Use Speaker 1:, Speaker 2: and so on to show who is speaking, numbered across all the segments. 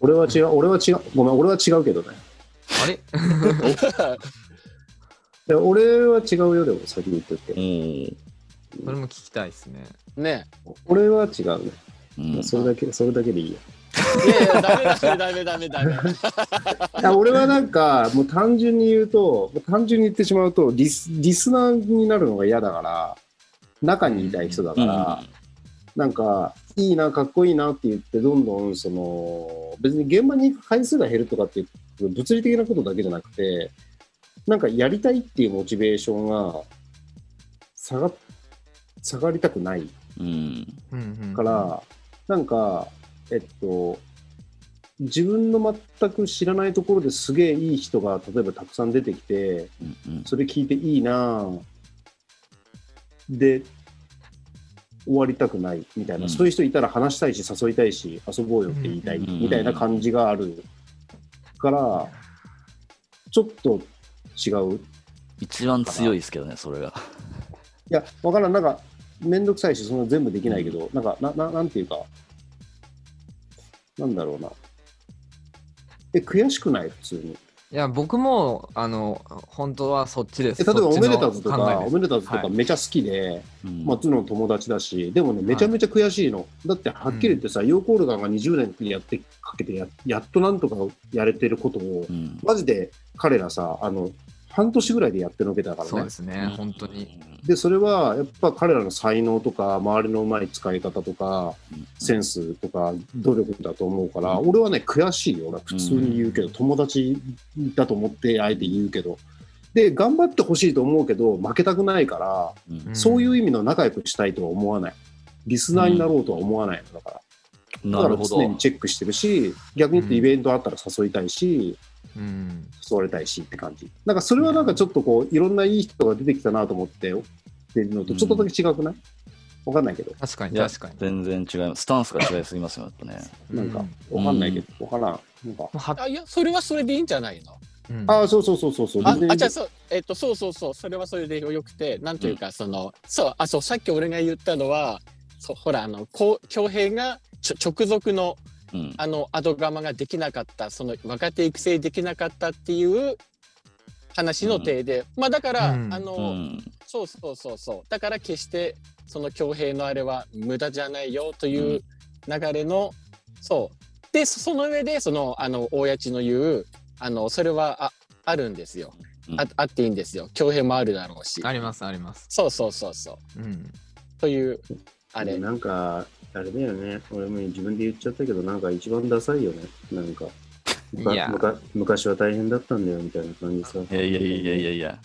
Speaker 1: 俺は違う、俺は違う、ごめん、俺は違うけどね。
Speaker 2: あれ
Speaker 1: で俺は違うよ、でも先に言っておくけど
Speaker 3: うん。
Speaker 2: それも聞きたいですね。
Speaker 4: ね
Speaker 1: 俺は違うね。
Speaker 3: うん
Speaker 1: それだけ、それだけでいいや。
Speaker 4: え。いやいや、ダメだ、それダメダメダメ。
Speaker 1: いや俺はなんか、もう単純に言うと、もう単純に言ってしまうとリス、リスナーになるのが嫌だから、中にいたい人だから、なんか、いいな、かっこいいなって言って、どんどん、その、別に現場に行く回数が減るとかっていう、物理的なことだけじゃなくて、なんかやりたいっていうモチベーションが、下が、下がりたくない
Speaker 3: うん。
Speaker 2: うんうん
Speaker 1: から、なんか、えっと、自分の全く知らないところですげえいい人が、例えばたくさん出てきて、
Speaker 3: うんうん
Speaker 1: それ聞いていいなぁで終わりたくないみたいな、
Speaker 3: うん
Speaker 1: そういう人いたら話したいし誘いたいし遊ぼうよって言いたい
Speaker 3: うん
Speaker 1: みたいな感じがあるからちょっと違うい
Speaker 3: 一番強いですけどね、それが。
Speaker 1: やわからんなんか面倒くさいしそんな全部できないけど、なんかなななんていうかなんだろうなえ悔しくない普通に
Speaker 2: いや、僕も、あの、本当はそっちで
Speaker 1: え
Speaker 2: す。
Speaker 1: 例えば
Speaker 2: そ
Speaker 1: お
Speaker 2: っち
Speaker 1: め
Speaker 2: の
Speaker 1: でたずと
Speaker 2: 考え
Speaker 1: か
Speaker 2: で
Speaker 1: お
Speaker 2: す
Speaker 1: めでたずと
Speaker 2: は
Speaker 1: か
Speaker 2: い
Speaker 1: めちゃ好きで、
Speaker 3: うん
Speaker 1: 松野の友達だし、でもね、めちゃめちゃ悔しいの。だって、はっきり言ってさ、ヨーコールガンが20年やってかけてや、やっとなんとかやれてることを、
Speaker 3: うん
Speaker 1: マジで彼らさ、あの、半年ぐらいでやってのけたからね。
Speaker 2: そうですね、本当に。。
Speaker 1: でそれはやっぱ彼らの才能とか周りのうまい使い方とか
Speaker 3: うん
Speaker 1: センスとか努力だと思うから俺はね悔しいよ俺は普通に言うけど友達だと思ってあえて言うけどで頑張ってほしいと思うけど負けたくないから
Speaker 3: うん
Speaker 1: そういう意味の仲良くしたいとは思わない。リスナーになろうとは思わないのだから。
Speaker 3: な
Speaker 1: だ
Speaker 3: る
Speaker 1: か
Speaker 3: ほ
Speaker 1: ら
Speaker 3: ど
Speaker 1: 常。にチェックしてるし、逆に言って
Speaker 2: うん
Speaker 1: イベントあったら誘いたいし、
Speaker 2: うん。
Speaker 1: 誘われたいしって感じ。なんかそれはなんかちょっとこう、いろんないい人が出てきたなと思って、っていうのとちょっとだけ違くないわかんないけど。
Speaker 2: 確か
Speaker 3: い
Speaker 2: に、
Speaker 3: や
Speaker 2: 確かに。
Speaker 3: 全然違います。スタンスが違いすぎますよ、やっぱね。
Speaker 1: なんか
Speaker 2: う、
Speaker 1: わかんないけど、わからん。なんか。
Speaker 2: もうは
Speaker 4: あいや、それはそれでいいんじゃないの
Speaker 2: うん
Speaker 1: ああ、そうそうそうそうそう。
Speaker 4: あ
Speaker 1: 別、に
Speaker 4: あ、じゃあ、そう、えっと、そうそうそう、それはそれでよくて、なんというか、その、そう、あ、そう、さっき俺が言ったのは、そうほら、あの、こう、恭平がちょ直属の、
Speaker 3: うん。
Speaker 4: あの、アドガマができなかった、その、若手育成できなかったっていう話の体で、まあ、だから、
Speaker 2: うん
Speaker 4: あの、
Speaker 3: うん
Speaker 4: そうそうそうそう。だから決してその強兵のあれは無駄じゃないよと
Speaker 3: う
Speaker 4: いうん流れの、そう。でそその上でそのあの大家地の言うあのそれはああるんですよ。ああっていいんですよ。強兵もあるだろうし。
Speaker 2: あります、あります。
Speaker 4: そうそうそうそう。
Speaker 2: うん。
Speaker 4: というあれ。
Speaker 1: なんか、あれだよね。俺も自分で言っちゃったけど、なんか一番ダサいよね。なんか。
Speaker 2: いや
Speaker 1: むか昔は大変だったんだよみたいな感じさ。
Speaker 3: いやいやいやいやいや。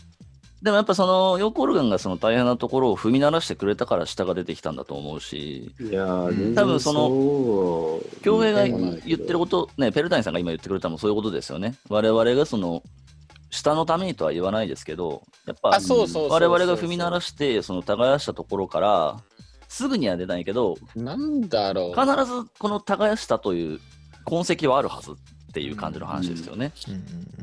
Speaker 3: でもやっぱそのヨーコールガンがその大変なところを踏み鳴らしてくれたから下が出てきたんだと思うし、
Speaker 1: いやー、
Speaker 2: うん
Speaker 1: 全然
Speaker 3: 多分その
Speaker 1: の
Speaker 3: 京平が言ってること、ね、ペルタニさんが今言ってくれたのもそういうことですよね。我々がその下のためにとは言わないですけど、やっぱ
Speaker 4: あそうそうそうそう
Speaker 3: 我々が踏み鳴らしてその耕したところからすぐには出ないけど、
Speaker 4: なんだろ
Speaker 3: 必
Speaker 4: う。
Speaker 3: ずこの耕したという痕跡はあるはずっていう感じの話ですよね。
Speaker 2: うん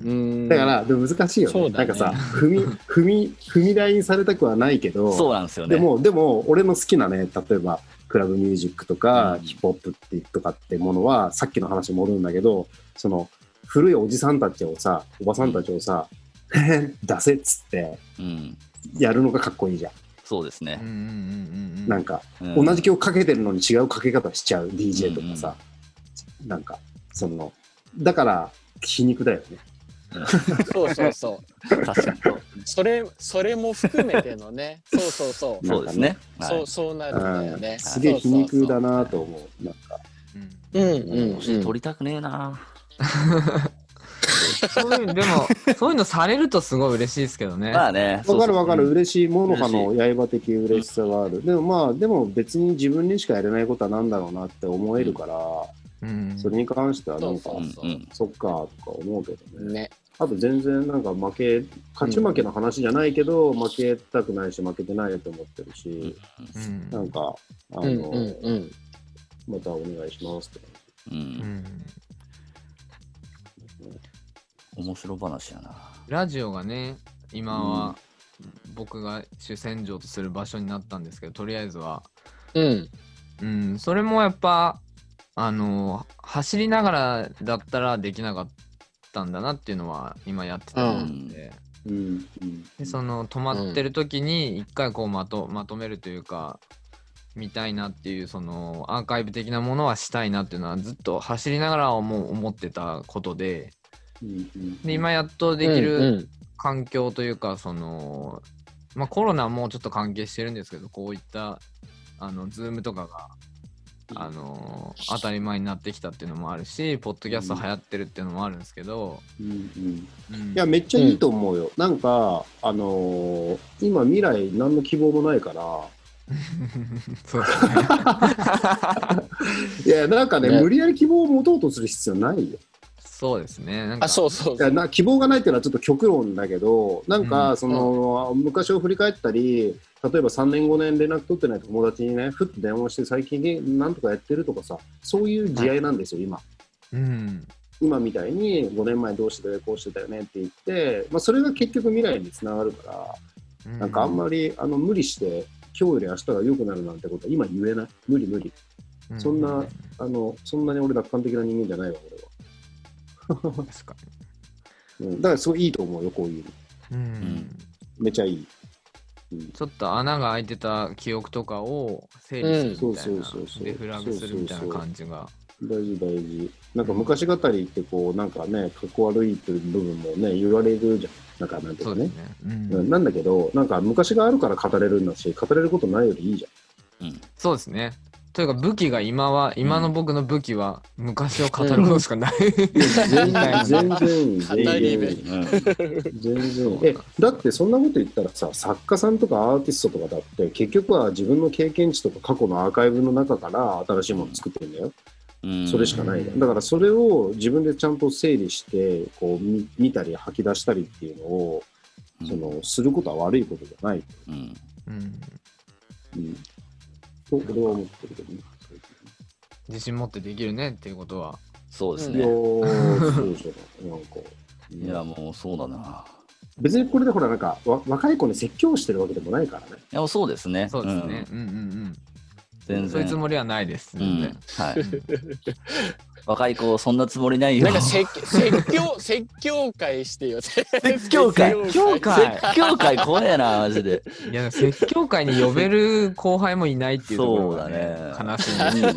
Speaker 4: うーん
Speaker 1: だから、でも難しいよね
Speaker 4: そう
Speaker 1: な
Speaker 4: だね
Speaker 1: んかさ、踏み、踏み、踏み台にされたくはないけど、
Speaker 3: そうなんですよね。
Speaker 1: でも、でも、俺の好きなね、例えば、クラブミュージックとか、
Speaker 3: うん
Speaker 1: ヒップホップってとかってものは、さっきの話に戻るんだけど、その、古いおじさんたちをさ、おばさんたちをさ、 出せっつって、
Speaker 3: うん、
Speaker 1: やるのがかっこいいじゃん。
Speaker 3: そうです
Speaker 2: うんうん
Speaker 3: ね。
Speaker 2: うん
Speaker 1: なんか、
Speaker 3: うん
Speaker 1: 同じ曲かけてるのに違うかけ方しちゃう DJ とかさ、なんか、その、だから、皮肉だよね。
Speaker 4: そうそうそ
Speaker 3: 確かにそう
Speaker 4: う。それそれも含めてのね。そうそうそう。
Speaker 3: そうですね。はい
Speaker 4: そうそうなるんだよね。
Speaker 1: すげえ皮肉だなと思う。なんか、
Speaker 2: うん
Speaker 4: そうそうそう。うんうん、
Speaker 3: 年
Speaker 4: うん。
Speaker 3: 取りたくねえな。
Speaker 2: そういうでもそういうのされるとすごい嬉しいですけどね。
Speaker 3: まあね。
Speaker 1: わかるわかる、
Speaker 3: そうそう。
Speaker 1: 嬉しい、モノハの刃的嬉しさがある。でもまあ、でも別に自分にしかやれないことはなんだろうなって思えるから、
Speaker 2: うん、
Speaker 1: それに関してはなんか
Speaker 4: そう、
Speaker 3: うんうん
Speaker 1: そっかとか思うけどね。
Speaker 4: ね。
Speaker 1: あと全然なんか負け、勝ち負けの話じゃないけど、負けたくないし負けてないと思ってるし、
Speaker 2: うん
Speaker 1: なんか、あ
Speaker 4: うん
Speaker 1: の、
Speaker 4: うんうん。
Speaker 1: またお願いしますって感じ。
Speaker 3: う。
Speaker 2: うんん
Speaker 3: 面白話やな。
Speaker 2: ラジオがね今は僕が主戦場とする場所になったんですけどとりあえずは、
Speaker 4: うん。
Speaker 2: うん、それもやっぱあのー走りながらだったらできなかったんだなっていうのは今やってて思うんで、
Speaker 1: うんうん
Speaker 2: でその止まってる時に一回こうまとまとめるというか見たいなっていうそのアーカイブ的なものはしたいなっていうのはずっと走りながらはもう思ってたことで
Speaker 1: うんうん
Speaker 2: で今やっとでき
Speaker 4: うんう
Speaker 2: る
Speaker 4: ん
Speaker 2: 環境というかその、まあ、コロナもちょっと関係してるんですけどこういったあの Zoom とかが。あの当たり前になってきたっていうのもあるしポッドキャスト流行ってるっていうのもあるんですけど、
Speaker 1: うんうん
Speaker 2: うん
Speaker 1: いや、めっちゃいいと思うよ。なんか、あのー今未来何の希望もないから、
Speaker 2: そうですね
Speaker 1: いや、なんかね、
Speaker 4: ね
Speaker 1: 無理やり希望を持とうとする必要ないよ。
Speaker 2: そうですねなんか
Speaker 4: あそうそう
Speaker 1: いやな希望がないっていうのはちょっと極論だけど、なん
Speaker 2: う
Speaker 1: か、
Speaker 2: ん
Speaker 1: その、昔を振り返ったり、例えば3年5年連絡取ってない友達にね、ふっと電話して最近なんとかやってるとかさ、そういう地合いなんですよ、今。
Speaker 2: うん
Speaker 1: 今みたいに5年前どうしてたよ、こうしてたよねって言って、まあ、それが結局未来につながるから、なんかあんまりあの無理して、今日より明日が良くなるなんてことは今言えない。無理無理。
Speaker 2: う
Speaker 1: そんなあの、そんなに俺楽観的な人間じゃないわ、俺は。
Speaker 2: 確か
Speaker 1: うん、だからすごいいいと思うよ、こういうの。
Speaker 2: に、うん
Speaker 3: ん
Speaker 1: めちゃいい。
Speaker 2: ちょっと穴が開いてた記憶とかを整理するみたい
Speaker 1: うん
Speaker 2: な、
Speaker 1: そうそうそうそう
Speaker 2: でフラグするみたいな感じが
Speaker 1: 大事大事。なんか昔語りってこう、なんかね、かっこ悪いっていう部分もね、言われるじゃん。なんかなんてい
Speaker 2: そうう
Speaker 1: か
Speaker 2: で
Speaker 1: ね
Speaker 2: す。ねうん
Speaker 1: うんなんだけど、なんか昔があるから語れるんだし、語れることないよりいいじ
Speaker 2: そうですねというか武器が今は今の僕の武器は昔を語ることしかない、
Speaker 1: ゃん。全然、全然、
Speaker 4: 語
Speaker 1: 全
Speaker 4: り部
Speaker 1: 然、
Speaker 3: うん
Speaker 1: 全然。
Speaker 2: そう
Speaker 1: え、だってそんなこと言ったらさ、作家さんとかアーティストとかだって、結局は自分の経験値とか過去のアーカイブの中から新しいもの作ってるんだよ。
Speaker 3: うん
Speaker 1: それしかないじゃ
Speaker 2: うん
Speaker 1: んだからそれを自分でちゃんと整理してこう見見たり吐き出したりっていうのを
Speaker 3: うん
Speaker 1: そのすることは悪いことじゃない、
Speaker 3: うん
Speaker 2: うん
Speaker 1: うん、と俺は思ってるけどね。
Speaker 2: 自信持ってできるねっていうことは
Speaker 3: そうです
Speaker 1: いや
Speaker 3: ね。
Speaker 1: ーそうじゃないなんかうん
Speaker 3: いや、もうそうだな。
Speaker 1: 別にこれでほらなんかわ若い子に説教してるわけでもないからね。
Speaker 3: いや、もうそうですね。
Speaker 2: そうですね、
Speaker 3: ん。
Speaker 2: うん、うんうん
Speaker 3: 全
Speaker 2: そういう
Speaker 3: 然。
Speaker 2: つもりはないです
Speaker 3: う
Speaker 2: 全
Speaker 3: ん
Speaker 2: 然、
Speaker 3: はい。若い子、そんなつもりないよ。
Speaker 4: なんか説説教 説教会してよ説
Speaker 3: 教会
Speaker 2: 教会
Speaker 3: 説教会怖えな、マジで。
Speaker 2: いや説教会に呼べる後輩もいないっていうところが、ね
Speaker 3: そうだね
Speaker 2: 悲しいんです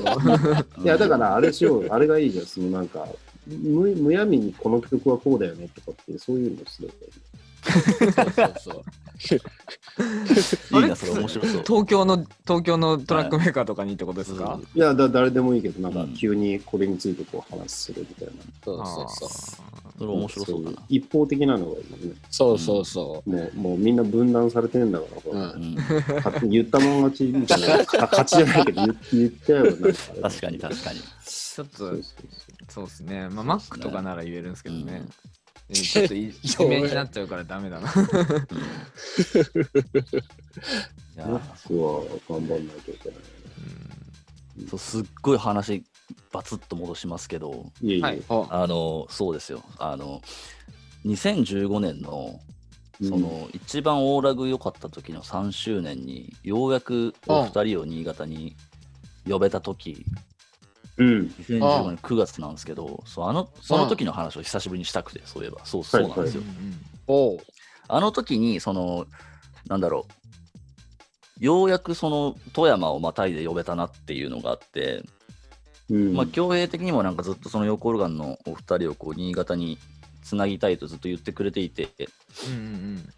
Speaker 2: けど
Speaker 1: いやだからあれしよう よあれがいいじゃんそのなんかむむやみにこの曲はこうだよねとかっていうそういうのすればいい
Speaker 4: そうそう
Speaker 3: いいな、それ面白そう。
Speaker 2: 東京の東京のトラックメーカーとかにってことですか、
Speaker 1: いやだ誰でもいいけどなんか急にこれについてこう話するみたいな。
Speaker 4: そう
Speaker 2: あ
Speaker 4: そうそう
Speaker 2: ー
Speaker 3: それ面白そうだな。
Speaker 1: 一方的なのがいいよね。
Speaker 4: そうそうそ
Speaker 1: もうもうみんな分断されてんだから、これ
Speaker 4: うん
Speaker 3: うん
Speaker 1: 勝手に言ったもん勝ちみたいな、か勝ちじゃないけど言言っちゃうよね。
Speaker 3: 確かに、確かに。
Speaker 2: ちょっ
Speaker 1: そう
Speaker 2: と
Speaker 1: そうそ
Speaker 2: そうですね。まあ、
Speaker 3: そうっす
Speaker 2: Mac
Speaker 3: ね
Speaker 2: とかなら言えるんですけどね
Speaker 3: うん。
Speaker 2: えーちょっといいじめになっちゃうからダメだな。
Speaker 3: いう
Speaker 1: マ
Speaker 3: や
Speaker 1: ックは頑張んなきゃいけないね。
Speaker 3: そうすっごい話、バツッと戻しますけど、
Speaker 1: いえいえ、
Speaker 2: はい
Speaker 4: あ
Speaker 3: あの、そうですよ。あの、2015年の、
Speaker 1: うん
Speaker 3: その、一番オーラグ良かった時の3周年に、ようやくお二人を新潟に呼べた時、
Speaker 1: うん。
Speaker 3: 2015年9月なんですけど、そうあのその時の話を久しぶりにしたくて、そういえば、そうそうなんですよ。
Speaker 4: おう
Speaker 3: あの時に、その、なんだろう、ようやくその富山をまたいで呼べたなっていうのがあって、
Speaker 1: うん。
Speaker 3: まあ、競泳的にもなんかずっとそのヨーコルガンのお二人をこう新潟につなぎたいとずっと言ってくれていて、
Speaker 2: うんうん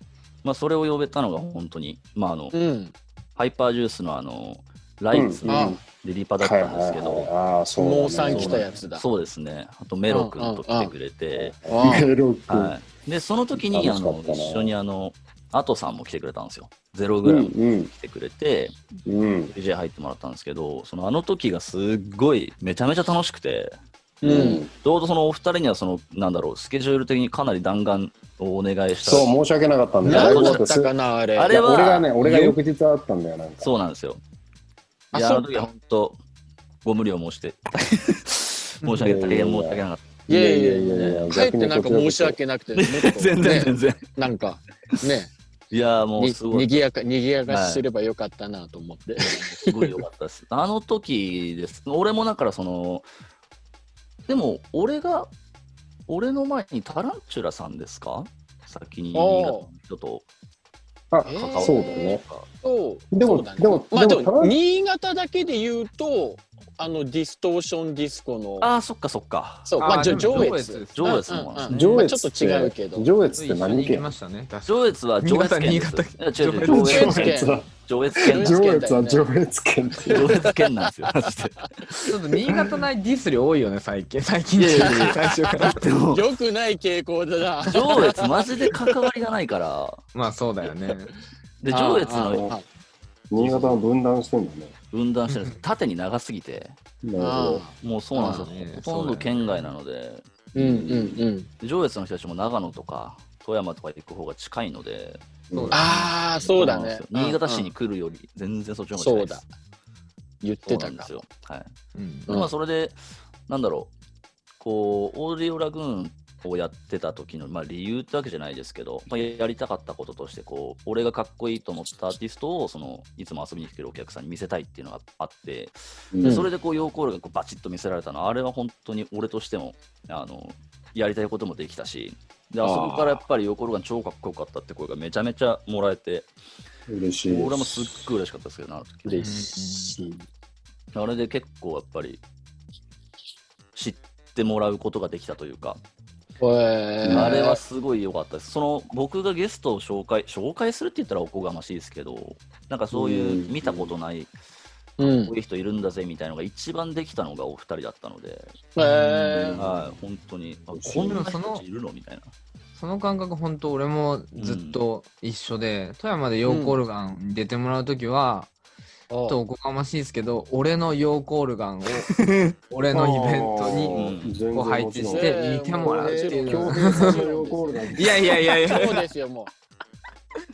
Speaker 3: まあ、それを呼べたのが本当に、まあ、あの、
Speaker 4: うん
Speaker 3: ハイパージュースのあの、ライブス
Speaker 4: うん
Speaker 3: のリリパだったんですけ
Speaker 1: はいはい
Speaker 3: ど、
Speaker 1: はいああ、そうだね。
Speaker 4: 農産来たやつだ
Speaker 3: そうですね、あとメロ君と来てくれて、
Speaker 4: あ
Speaker 1: メ ロック。
Speaker 3: はい、でその時にあ
Speaker 1: 楽しか
Speaker 3: の
Speaker 1: ったな
Speaker 3: 一緒にあのアトさんも来てくれたんですよ。ゼロ
Speaker 1: う
Speaker 3: グラム
Speaker 1: ん
Speaker 3: 来てくれて、
Speaker 1: うんうん。
Speaker 3: DJ 入ってもらったんですけど、そのあの時がすっごいめちゃめちゃ楽しくて、
Speaker 4: うん
Speaker 3: ちょうどそのお二人にはそのなんだろうスケジュール的にかなり弾丸をお願いした。
Speaker 1: そう、申し訳なかったんだよ。
Speaker 4: 何
Speaker 1: ライブ
Speaker 4: だっ
Speaker 1: だ
Speaker 4: た
Speaker 1: す
Speaker 4: かなあれ
Speaker 3: あ
Speaker 1: い
Speaker 3: れ
Speaker 1: や
Speaker 3: は
Speaker 1: 俺がね、俺が翌日あったんだよ、なんか。
Speaker 3: そうなんですよ。い
Speaker 4: あ
Speaker 3: や
Speaker 4: そ
Speaker 3: あ
Speaker 4: う
Speaker 3: の時は本当ご無理を申 して申し訳大変申し訳なかっ
Speaker 4: いやいやいや
Speaker 1: いやいやいや
Speaker 4: 帰ってなんか申し訳なくてもっと
Speaker 3: た。全然全
Speaker 4: ね
Speaker 3: 然。
Speaker 4: なんかね
Speaker 3: いやもう
Speaker 4: に
Speaker 3: すごい
Speaker 4: にぎやかにぎやかしすればよかったなと思って
Speaker 3: すごい良かったです。あの時です。俺もだからその、でも、俺が、俺の前にタランチュラさんですか先に新潟の人と
Speaker 1: あ
Speaker 4: え、ー
Speaker 3: 関わ
Speaker 1: そうだね。
Speaker 4: そう
Speaker 1: でも
Speaker 4: そうだね
Speaker 1: でも
Speaker 4: まあ、
Speaker 1: で
Speaker 4: で
Speaker 1: も
Speaker 4: も新潟だけで言うとあのディストーションディスコの
Speaker 3: ああ、そっかそっか。
Speaker 4: そう
Speaker 2: あ
Speaker 4: まあじょ
Speaker 2: でも
Speaker 4: 上越
Speaker 2: です
Speaker 3: 上越のものですね。
Speaker 1: 上
Speaker 4: ま
Speaker 1: 越
Speaker 4: あ
Speaker 1: っ
Speaker 4: ち
Speaker 1: て、
Speaker 4: ょっと違うけど
Speaker 1: 上越っ
Speaker 2: 一
Speaker 1: て
Speaker 2: 緒
Speaker 1: 何
Speaker 2: に行き
Speaker 1: 県
Speaker 2: ましたね。確か
Speaker 3: 上越は上越県です。いや違う違う
Speaker 2: 上
Speaker 3: 上越
Speaker 4: 上
Speaker 3: 県
Speaker 4: 越。
Speaker 1: は
Speaker 3: 上越県
Speaker 4: 上
Speaker 1: 上
Speaker 4: 越
Speaker 1: 越は上越県っていう
Speaker 3: 上越県なんですよ。マジで
Speaker 2: ちょっと新潟ないディスり多いよね、最近。最近
Speaker 3: いやいやいや
Speaker 2: 最初から。
Speaker 3: でも
Speaker 4: 良くない傾向だな
Speaker 3: 上越マジで関わりがないから。
Speaker 2: まあ そうだよね。
Speaker 3: で、
Speaker 4: あー
Speaker 3: 上越
Speaker 4: あ
Speaker 3: の
Speaker 4: ーあ
Speaker 1: 新潟は分断してんだね。
Speaker 3: 分断してるんです縦に長すぎて、
Speaker 1: なる
Speaker 4: ー
Speaker 1: ほ
Speaker 4: あ
Speaker 3: もうそうなんですよ。
Speaker 2: あーね
Speaker 3: ほとんど県外なので、
Speaker 4: ーうんうんうん
Speaker 3: で上越の人たちも長野とか富山とか行く方が近いので、
Speaker 1: ど。
Speaker 2: そうだ
Speaker 4: ああそうだ
Speaker 3: なんで
Speaker 4: ね
Speaker 3: すよ新潟市に
Speaker 4: うん
Speaker 3: 来るより全然そっちの
Speaker 4: うん
Speaker 3: 方が近
Speaker 4: そ
Speaker 3: いうで
Speaker 4: だ
Speaker 3: す。
Speaker 4: 言っ
Speaker 3: そ
Speaker 4: て
Speaker 3: うな
Speaker 4: た
Speaker 3: ん
Speaker 4: ん
Speaker 3: で
Speaker 4: だ
Speaker 3: すよ。はい。
Speaker 2: うん
Speaker 3: でまあそれで、なんだろう、こう、オーディオラグーンをやってた時の、まあ、理由ってわけじゃないですけど、まあ、やりたかったこととして、こう、俺がかっこいいと思ったアーティストを、その、いつも遊びに来てるお客さんに見せたいっていうのがあって、
Speaker 1: うん
Speaker 3: でそれでこう、ヨーコールがこうバチッと見せられたのは、あれは本当に俺としても、あの、やりたいこともできたし、で、あそこからやっぱりヨーコールが超かっこよかったって声がめちゃめちゃもらえて、
Speaker 1: 嬉しいです。
Speaker 3: 俺もすっごい嬉しかったですけどな、あの時
Speaker 4: 嬉しい
Speaker 3: あれで結構やっぱり知ってもらうことができたというか、
Speaker 4: へー
Speaker 3: あれはすごい良かったです。その僕がゲストを紹介紹介するって言ったらおこがましいですけど、なんかそういう
Speaker 1: うん
Speaker 3: 見たことない、こ
Speaker 4: うん
Speaker 3: ういう人いるんだぜみたいなのが一番できたのがお二人だったので、
Speaker 4: へー
Speaker 3: はい、本当に、あ
Speaker 1: うん
Speaker 3: こんな人たちいるのみたいな。
Speaker 2: その感覚本当俺もずっと一緒で、富山でヨーコールガンに出てもらう時は、ちょっとおこがましいですけど俺のヨーコール ガンを俺のイベントに
Speaker 1: に
Speaker 2: こう配置して
Speaker 4: 全然
Speaker 2: 見てもらうっていう
Speaker 1: 強
Speaker 2: のが
Speaker 1: 制されるゴールだ
Speaker 2: いやいやいやい
Speaker 4: そう
Speaker 2: や
Speaker 4: ですよも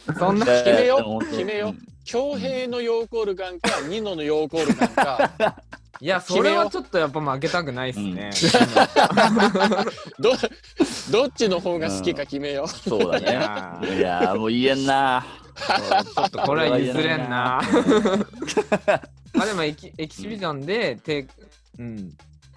Speaker 4: う
Speaker 2: そんな
Speaker 4: 決めよ
Speaker 3: いやいや本当
Speaker 4: 決めよ
Speaker 3: うん
Speaker 4: 強兵のヨーコールガンかニノのヨーコールガンか
Speaker 2: いやそれはちょっとやっぱ負けたくないっすね、
Speaker 4: どどっちの方が好きか決めよ
Speaker 3: そうだ
Speaker 2: い や
Speaker 3: ね。いやーもう言えんな。
Speaker 2: ちょっとこれは譲れんなまあでもエキエキシビジョンで手うん
Speaker 4: う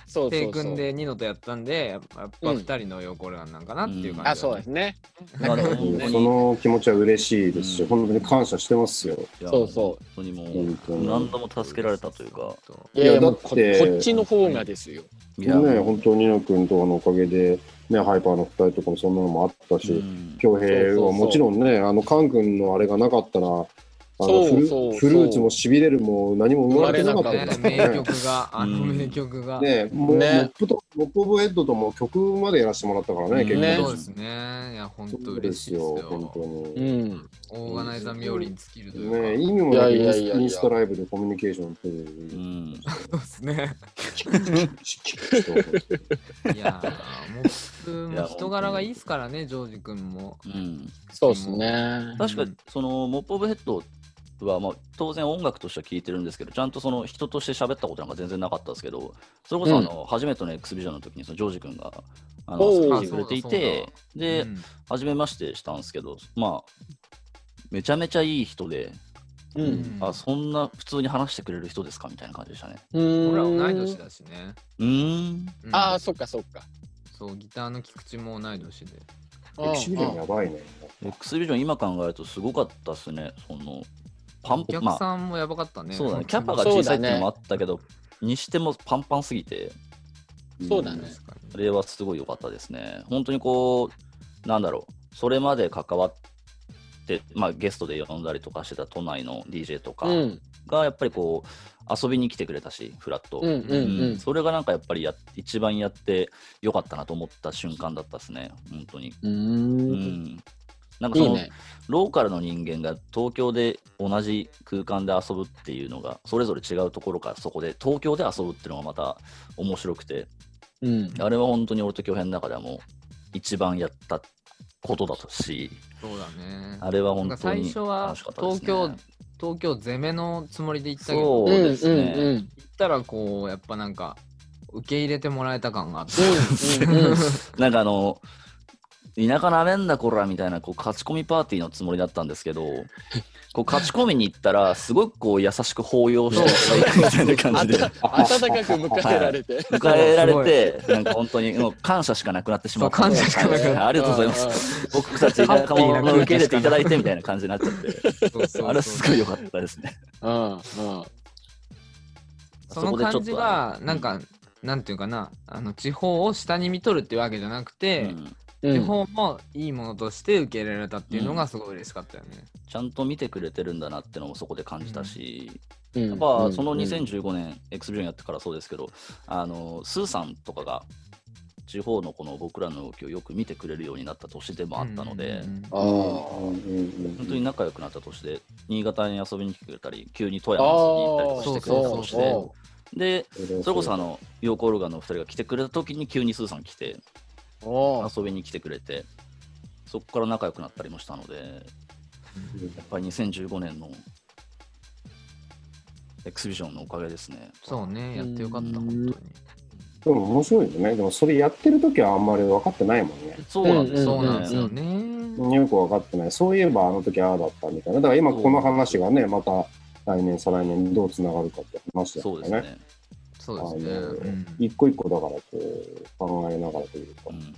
Speaker 4: そう
Speaker 2: 手
Speaker 4: そう
Speaker 2: 組
Speaker 4: そ
Speaker 2: ん
Speaker 4: う
Speaker 2: でニノとやったんでやっぱやっぱ
Speaker 4: うん
Speaker 2: 二人のヨーコールガンなんかなっていう感じ、
Speaker 3: うん
Speaker 4: あそうですね
Speaker 3: まあでも
Speaker 1: そ
Speaker 3: 本当に
Speaker 1: の気持ちは嬉しいですし、
Speaker 3: うん
Speaker 1: 本当に感謝してますよ。
Speaker 3: いや
Speaker 4: そうそう
Speaker 3: 本当にもう
Speaker 1: 本当に
Speaker 3: 何度も助けられたというか、
Speaker 4: いやいやもう
Speaker 1: だっ
Speaker 4: ここ
Speaker 1: て
Speaker 4: っちの方がですよ
Speaker 3: いや
Speaker 1: ね、本当にニノ君とかのおかげで、ね、ハイパーの2人とかもそんなのもあった
Speaker 3: う
Speaker 1: し、
Speaker 3: ん
Speaker 1: 恭平はもちろんね、あのカン君のあれがなかったら、あの
Speaker 4: そう
Speaker 1: フル
Speaker 4: そうそう
Speaker 1: フルーツもしびれるも何も生まれてなかった
Speaker 4: 生ま
Speaker 2: ね
Speaker 4: れなか
Speaker 1: ん
Speaker 2: 名
Speaker 1: だね。
Speaker 2: 曲があの
Speaker 3: うん
Speaker 2: 名曲が、
Speaker 1: ねもう
Speaker 4: ね
Speaker 1: モップとモップ・オブ・エッドとも曲までやらせてもらったからね、
Speaker 3: うん
Speaker 1: 結構
Speaker 4: ね
Speaker 2: そうですねいや本当嬉しいです
Speaker 1: そうですよ
Speaker 2: よ
Speaker 1: 本当
Speaker 4: う
Speaker 1: に。
Speaker 4: ん
Speaker 2: オーガナイザー冥利に尽きるというか、
Speaker 1: ね、意味もない
Speaker 4: やいやいやい
Speaker 1: く
Speaker 4: や
Speaker 1: インスタライブでコミュニケーション取る。
Speaker 3: うん
Speaker 2: そうですねいやーもう普通
Speaker 3: いや
Speaker 2: も人柄がいいですからねジョージ君も
Speaker 3: うん
Speaker 4: そうですね
Speaker 3: 確かにそのモップ・オブ・ヘッドは、まあ、当然音楽としては聴いてるんですけどちゃんとその人として喋ったことなんか全然なかったですけどそれこそあの、初めてのエクスビジョンの時にそのジョージ君があの
Speaker 4: おー
Speaker 3: 遊びに来てくれてい
Speaker 2: あ
Speaker 3: て
Speaker 2: そうだ
Speaker 3: で、
Speaker 2: うん
Speaker 3: 初めましてしたんですけどまあめちゃめちゃいい人で、
Speaker 2: う
Speaker 4: う
Speaker 2: ん
Speaker 4: ん
Speaker 3: あそんな普通に話してくれる人ですかみたいな感じでしたね
Speaker 4: うん
Speaker 2: 俺ら同い年だしね、
Speaker 3: うーん
Speaker 2: うん
Speaker 4: ああそっかそっか
Speaker 2: そうギターの菊池も同い年で
Speaker 1: エクシビジョン
Speaker 4: うん
Speaker 1: やばいね。
Speaker 3: X ビジョン今考えるとすごかったですね。そのパン
Speaker 2: お
Speaker 3: パン、
Speaker 2: 客
Speaker 3: まあ、
Speaker 2: さんもやばかったね、
Speaker 3: そうだね。キャパ
Speaker 2: 本
Speaker 3: が
Speaker 2: 当に
Speaker 3: 小さいっていうのもあったけど、にしてもパンパンすぎて、
Speaker 4: そうだね
Speaker 2: 確か
Speaker 3: あ
Speaker 2: に
Speaker 3: れはすごい良かったですね。本当にこう、なんだろう、それまで関わって、まあ、ゲストで呼んだりとかしてた都内の DJ とか
Speaker 4: うん
Speaker 3: が、やっぱりこう、遊びに来てくれたし、フラット。
Speaker 4: うんうんうん
Speaker 3: それがなんかやっぱりや一番やって良かったなと思った瞬間だったですね、本当に。う
Speaker 4: う
Speaker 3: んん。なんか
Speaker 4: い
Speaker 3: そ
Speaker 4: い
Speaker 3: の
Speaker 4: ね
Speaker 3: ローカルの人間が東京で同じ空間で遊ぶっていうのがそれぞれ違うところからそこで東京で遊ぶっていうのがまた面白くて
Speaker 4: うん
Speaker 3: あれは本当に俺と京平の中ではもう一番やったことだとし
Speaker 2: そうだね
Speaker 3: あれは本
Speaker 2: なんか
Speaker 3: 当
Speaker 2: 最
Speaker 3: に
Speaker 2: 初は
Speaker 3: 楽しかったですね
Speaker 2: 東京東京攻めのつもりで行ったけど
Speaker 3: そうですね、
Speaker 4: うんうん
Speaker 2: 行ったらこうやっぱなんか受け入れてもらえた感があって
Speaker 4: うんうんうん
Speaker 3: なんかあの田舎なめんなこらみたいなこう勝ち込みパーティーのつもりだったんですけど、こう勝ち込みに行ったら、すごくこう優しく抱擁してくれるみたいな
Speaker 4: あ
Speaker 3: 感じで
Speaker 4: た温かく迎えられて。
Speaker 3: 迎えられて、なんか本当にもう感謝しかなくなってしまった。
Speaker 2: そう感謝しかなくなった
Speaker 3: はい ありがとうございます。
Speaker 4: す。
Speaker 3: 僕たち田舎
Speaker 2: ハッピーな
Speaker 3: 者
Speaker 2: 空
Speaker 3: を
Speaker 2: 気
Speaker 3: 受け入れていただいてみたいな感じになっちゃって、
Speaker 2: そうそうそう
Speaker 3: あれはすごい良かったですね。
Speaker 4: うんうん。
Speaker 2: その感じが、なんか、なんていうかな、あの地方を下に見とるっていうわけじゃなく
Speaker 3: う
Speaker 2: て、
Speaker 3: ん
Speaker 2: 地方もいいものとして受け入れられたっていうのがすごい嬉しかったよね。
Speaker 3: ちゃんと見てくれてるんだなってのもそこで感じたし、
Speaker 4: や
Speaker 3: やっぱその2015年、エクスビジョンやってからそうですけど、あのスーさんとかが地方のこの僕らの動きをよく見てくれるようになった年でもあったので、
Speaker 2: うん
Speaker 1: ああ、うんうん
Speaker 3: 本当に仲良くなった年で、新潟に遊びに来てくれたり、急に富山に行ったりとかしてくれた
Speaker 2: そう
Speaker 3: 年
Speaker 2: そう
Speaker 3: で、
Speaker 2: そ
Speaker 3: で、
Speaker 1: うん
Speaker 3: それこそあの、ヨーコオルガンの2人が来てくれた時に急にスーさん来て、
Speaker 4: おー
Speaker 3: 遊びに来てくれて、そこから仲良くなったりもしたので、やっぱり2015年のエクスビジョンのおかげですね。
Speaker 2: そうね、やってよかった、本当に。
Speaker 1: でも面白いよね。でもそれやってる時はあんまり分かってないもんね。
Speaker 3: そうなんです
Speaker 2: そう
Speaker 3: よ
Speaker 2: なん
Speaker 3: ね
Speaker 2: ですよね。
Speaker 1: よく分かってない。そういえばあの時ああだったみたいな。だから今この話がね、また来年、再来年どうつながるかって話だか
Speaker 3: そうで
Speaker 1: ら
Speaker 3: す
Speaker 1: ね。
Speaker 3: ね。
Speaker 2: そうですね。うん
Speaker 1: 一個一個だからこう考えながらというか
Speaker 3: う、ん、
Speaker 1: ね、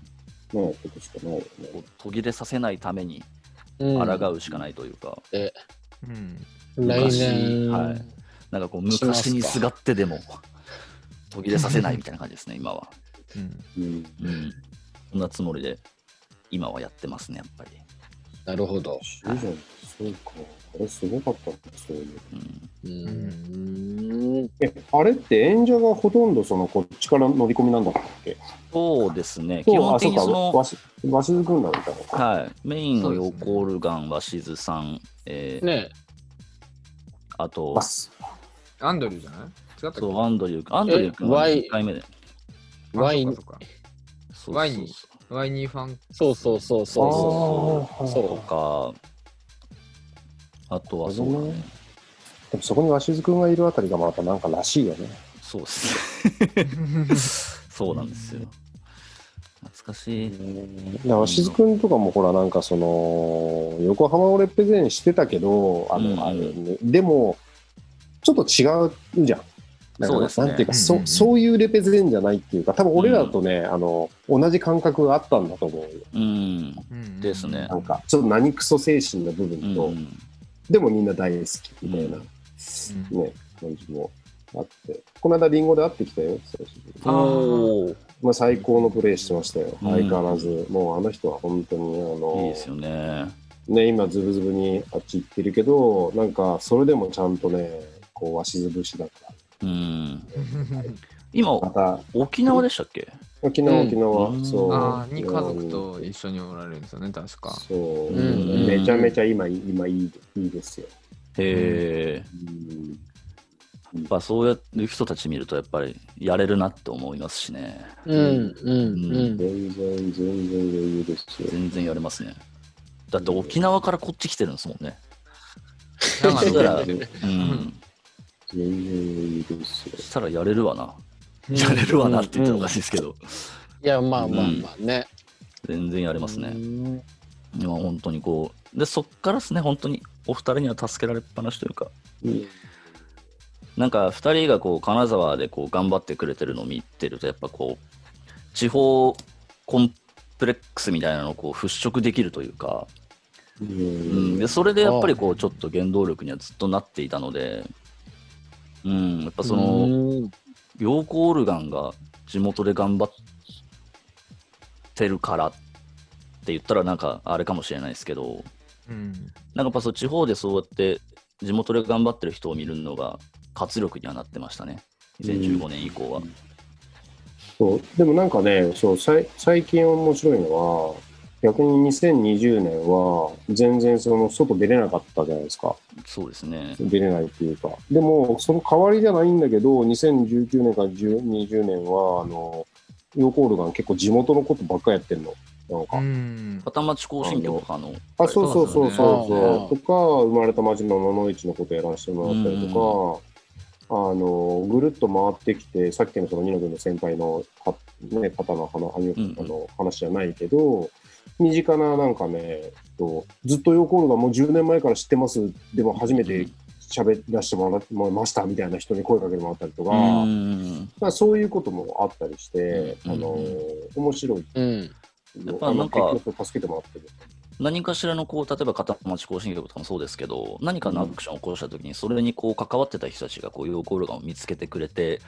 Speaker 1: やっていくしかないよね。
Speaker 3: こう途切れさせないために
Speaker 4: うん
Speaker 3: 抗うしかないというか、
Speaker 2: うん
Speaker 4: 来
Speaker 3: 昔
Speaker 4: 年。
Speaker 3: はいなんかこう昔にすがってでも 途切れさせないみたいな感じですね、今は。
Speaker 2: うん
Speaker 1: うん、
Speaker 3: うん、そんなつもりで今はやってますね、やっぱり。
Speaker 4: なるほど。
Speaker 1: 以上そうか。あれすごかったんだ、そういう。
Speaker 3: うん、
Speaker 4: うん。
Speaker 1: え、あれって演者がほとんどそのこっちから乗り込みなんだったっけ
Speaker 3: そうですね、基本的に
Speaker 1: あ、
Speaker 3: そ
Speaker 1: そうか。
Speaker 3: の、
Speaker 1: わし、わしずくんだみたいな。
Speaker 3: はい、メインのヨーコオルガン、はしずさん、えー
Speaker 4: ね
Speaker 3: あと
Speaker 1: バ、ス。
Speaker 2: アンドリューじゃない違ったっけ
Speaker 3: そうアンドリュー君、アンドリュー君は
Speaker 4: え
Speaker 3: 1回目で。
Speaker 2: あ
Speaker 4: ワイン
Speaker 2: そうかそう
Speaker 3: そう
Speaker 2: ワイ
Speaker 3: そう
Speaker 2: ン
Speaker 3: そう
Speaker 2: かワイニーファン
Speaker 4: そうそうそう
Speaker 1: あ
Speaker 4: そうそ
Speaker 1: あ、
Speaker 4: う。
Speaker 1: そう。
Speaker 3: と
Speaker 4: そ
Speaker 3: か、あとはそうだね。
Speaker 1: でもそこにわしずくんがいるあたりがまたなんからしいよね。
Speaker 3: そうですね。 そうなんですよ。懐かしい。
Speaker 1: だからしずくんとかもほらなんかその横浜をレプレゼンしてたけどあの、
Speaker 3: うん
Speaker 1: あれでもちょっと違うじゃん。だから
Speaker 3: そうですね
Speaker 1: なんていうか、
Speaker 2: うんうんうん
Speaker 1: そそういうレペゼンじゃないっていうか多分俺らとね、あの同じ感覚があったんだと思うよ
Speaker 3: うん。
Speaker 2: うん
Speaker 3: ですね
Speaker 1: なんかちょっと何クソ精神の部分と、
Speaker 3: うん
Speaker 1: でもみんな大好きみたいな、
Speaker 3: う
Speaker 1: ね感じもあってこの間リンゴで会ってきたよ久しぶりに
Speaker 2: あー
Speaker 3: おー
Speaker 1: まあ、最高のプレーしてましたよ、
Speaker 3: うん
Speaker 1: 相変わらずもうあの人は本当にあの
Speaker 3: いいですよね。
Speaker 1: ね、今、ズブズブにあっち行ってるけど、なんか、それでもちゃんとね、こう、わしずぶしだから。
Speaker 3: うん。今、
Speaker 1: また、
Speaker 3: 沖縄でしたっけ
Speaker 1: 沖縄、
Speaker 4: うん
Speaker 1: 沖縄、
Speaker 3: うん
Speaker 1: そう。
Speaker 2: あーに家族と一緒におられるんですよね、確か。
Speaker 1: そう、
Speaker 4: うん
Speaker 1: めちゃめちゃ今、今いい、いいですよ。
Speaker 3: へえ。やっぱそうやってる人たち見ると、やっぱりやれるなって思いますしね。
Speaker 4: う。うんうんう
Speaker 1: 全然、
Speaker 4: ん。
Speaker 1: 全然余裕ですよ。
Speaker 3: 全然やれますね。だって沖縄からこっち来てるんですもんね。
Speaker 2: 長野から
Speaker 3: うん。
Speaker 1: 全然余裕ですよ
Speaker 3: そ。したらやれるわな。やれるわなって言ったらおかしいですけど、
Speaker 4: いやまあまあまあね。
Speaker 3: 全然やれますね。
Speaker 4: ね。
Speaker 3: 今本当にこうでそっからですね本当にお二人には助けられっぱなしというか
Speaker 1: うん
Speaker 3: なんか二人がこう金沢でこう頑張ってくれてるのを見てるとやっぱこう地方コンプレックスみたいなのをこう払拭できるというか、
Speaker 1: う
Speaker 3: うん、
Speaker 1: ん
Speaker 3: でそれでやっぱりこうちょっと原動力にはずっとなっていたので、うん、やっぱその
Speaker 4: の
Speaker 3: 陽光オルガンが地元で頑張ってるからって言ったらなんかあれかもしれないですけど、
Speaker 2: うん
Speaker 3: なんかやっぱそう地方でそうやって地元で頑張ってる人を見るのが活力にはなってましたね。2015年以降は。
Speaker 1: そうでもなんかねそうさい最近面白いのは逆に2020年は全然その外出れなかったじゃないですか
Speaker 3: そうですね。
Speaker 1: 出れないっていうかでもその代わりじゃないんだけど2019年から20年はあのヨーコールガン結構地元のことばっかやってんのなんか、
Speaker 2: うん
Speaker 3: 片町甲子園とかの。
Speaker 1: あそうそうそうそう
Speaker 2: そう
Speaker 4: だよ
Speaker 1: そ
Speaker 4: ね
Speaker 1: うとか生まれた町の野々市のことやらせてもらったりとか、あのぐるっと回ってきてさっきのその二野君の先輩のか、ね、方の話あの
Speaker 3: うんうん
Speaker 1: あの話じゃないけど、身近ななんかね、とずっとヨーコールがもう10年前から知ってます、でも初めて喋らせてもらいましたみたいな人に声かけてもらったりとか、
Speaker 3: うん
Speaker 1: まあ、そういうこともあったりして、
Speaker 3: うん
Speaker 1: あのー面白い
Speaker 4: うん。
Speaker 1: の
Speaker 3: やっぱなんか
Speaker 1: あの結局助けてもらってる。
Speaker 3: 何かしらのこう例えば片町行進曲とかもそうですけど何かのアクションを起こした時にそれにこう関わってた人たちがこうヨーコールガンを見つけてくれて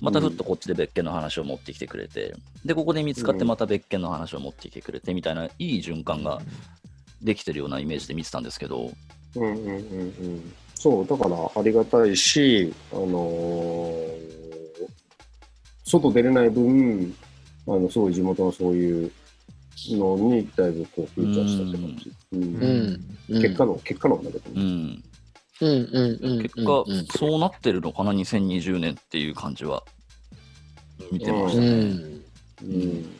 Speaker 3: またふっとこっちで別件の話を持ってきてくれてでここで見つかって
Speaker 1: うん
Speaker 3: また別件の話を持ってきてくれてみたいないい循環ができてるようなイメージで見てたんですけど
Speaker 1: うんうんうんうん。そう、だからありがたいし、あのー外出れない分、あの、すごい地元のそういうのに、だいぶこう、フューチャーしたって感じ。うん
Speaker 2: うん
Speaker 4: うんうん
Speaker 1: 結果論、結果論だけど
Speaker 3: う
Speaker 1: ね。
Speaker 3: ん
Speaker 4: うんうんうんうん。
Speaker 3: 結果そうなってるのかな2020年っていう感じは見てまし
Speaker 4: う
Speaker 3: たね
Speaker 4: ん。
Speaker 1: うん。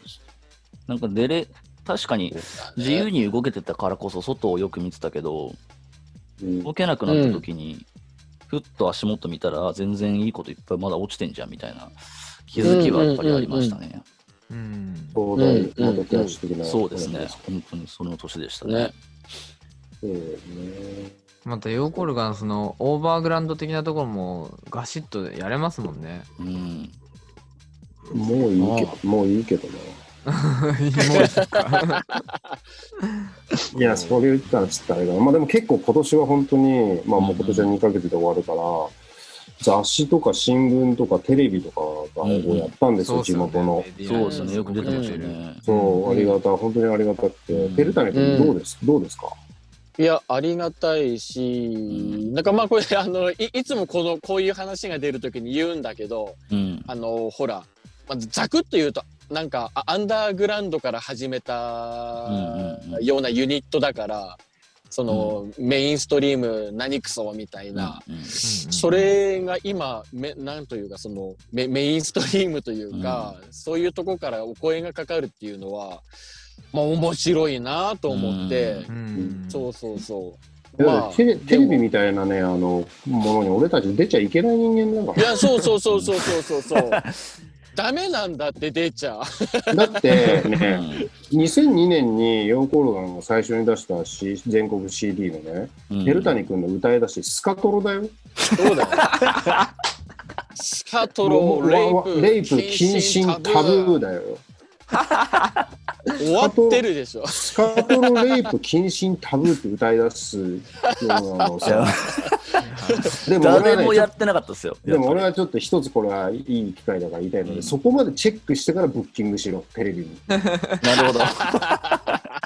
Speaker 3: なんか出れ確かに自由に動けてたからこそ外をよく見てたけど
Speaker 1: うん
Speaker 3: 動けなくなった時に、ふっと足元見たら全然いいこといっぱいまだ落ちてんじゃんみたいな気づきはやっぱりありましたね。
Speaker 2: うん
Speaker 1: ちょうどいい、
Speaker 4: うんうん
Speaker 1: 元気なし的な。
Speaker 3: そうですね。本当にその年でしたね。
Speaker 4: ね
Speaker 1: そうね。
Speaker 2: またヨーコールがそのオーバーグラウンド的なところもガシッとやれますもんね。
Speaker 3: うん。
Speaker 1: もういいけど、もういいけどな。 いや、それ言ったらちょっとあれだな。まあでも結構今年は本当に、まあもう今年は2ヶ月で終わるから、雑誌とか新聞とかテレビとかがやったんですよ、地元の。
Speaker 3: そうですね。よく出てました
Speaker 2: う
Speaker 3: よ
Speaker 2: ん
Speaker 3: ね。
Speaker 1: そう、ありがたい、本当にありがたくて。てるたね君どうです、どうですか
Speaker 4: いや、ありがたいし、なんかまあこれ、あの、いいつもこの、こういう話が出るときに言うんだけど、
Speaker 3: うん。
Speaker 4: あの、ほら、まずざくっと言うと、なんか、あアンダーグラウンドから始めた
Speaker 3: うんうんうん
Speaker 4: ようなユニットだから、その、メインストリーム何クソみたいな、
Speaker 3: うん
Speaker 4: それが今めなんというかそのメメインストリームというか、そういうとこからお声がかかるっていうのは、まあ、面白いなと思って、
Speaker 2: うん
Speaker 4: そうそうそう。まあ、
Speaker 1: テレテレビ
Speaker 4: でも
Speaker 1: みたいなね、あの、ものに俺たち出ちゃいけない人間だ
Speaker 4: い
Speaker 1: か
Speaker 4: やそうそうそうそうそうそ うそう。ダメなんだって出ちゃう。
Speaker 1: ら。だって
Speaker 3: う
Speaker 1: ね、
Speaker 3: ん
Speaker 1: 2002年にヨーコールガンが最初に出した、C、全国 CD のね、
Speaker 3: うん
Speaker 1: てるたね君の歌いだし、スカトロだよ。
Speaker 4: そうだよ。スカトロレイプ
Speaker 1: レイプ禁止タブーだよ。
Speaker 4: 終わってるでしょ。
Speaker 1: スカトロレイプ禁止タブーって歌い出すようなのさ。でも俺は
Speaker 3: 誰
Speaker 1: ね
Speaker 3: もやってなかったですよ。
Speaker 1: でも俺
Speaker 3: やっ
Speaker 1: はちょっと一つこれはいい機会だから言いたいので、
Speaker 3: うん
Speaker 1: そこまでチェックしてからブッキングしろ、テレビに。
Speaker 3: ぱりなるほど。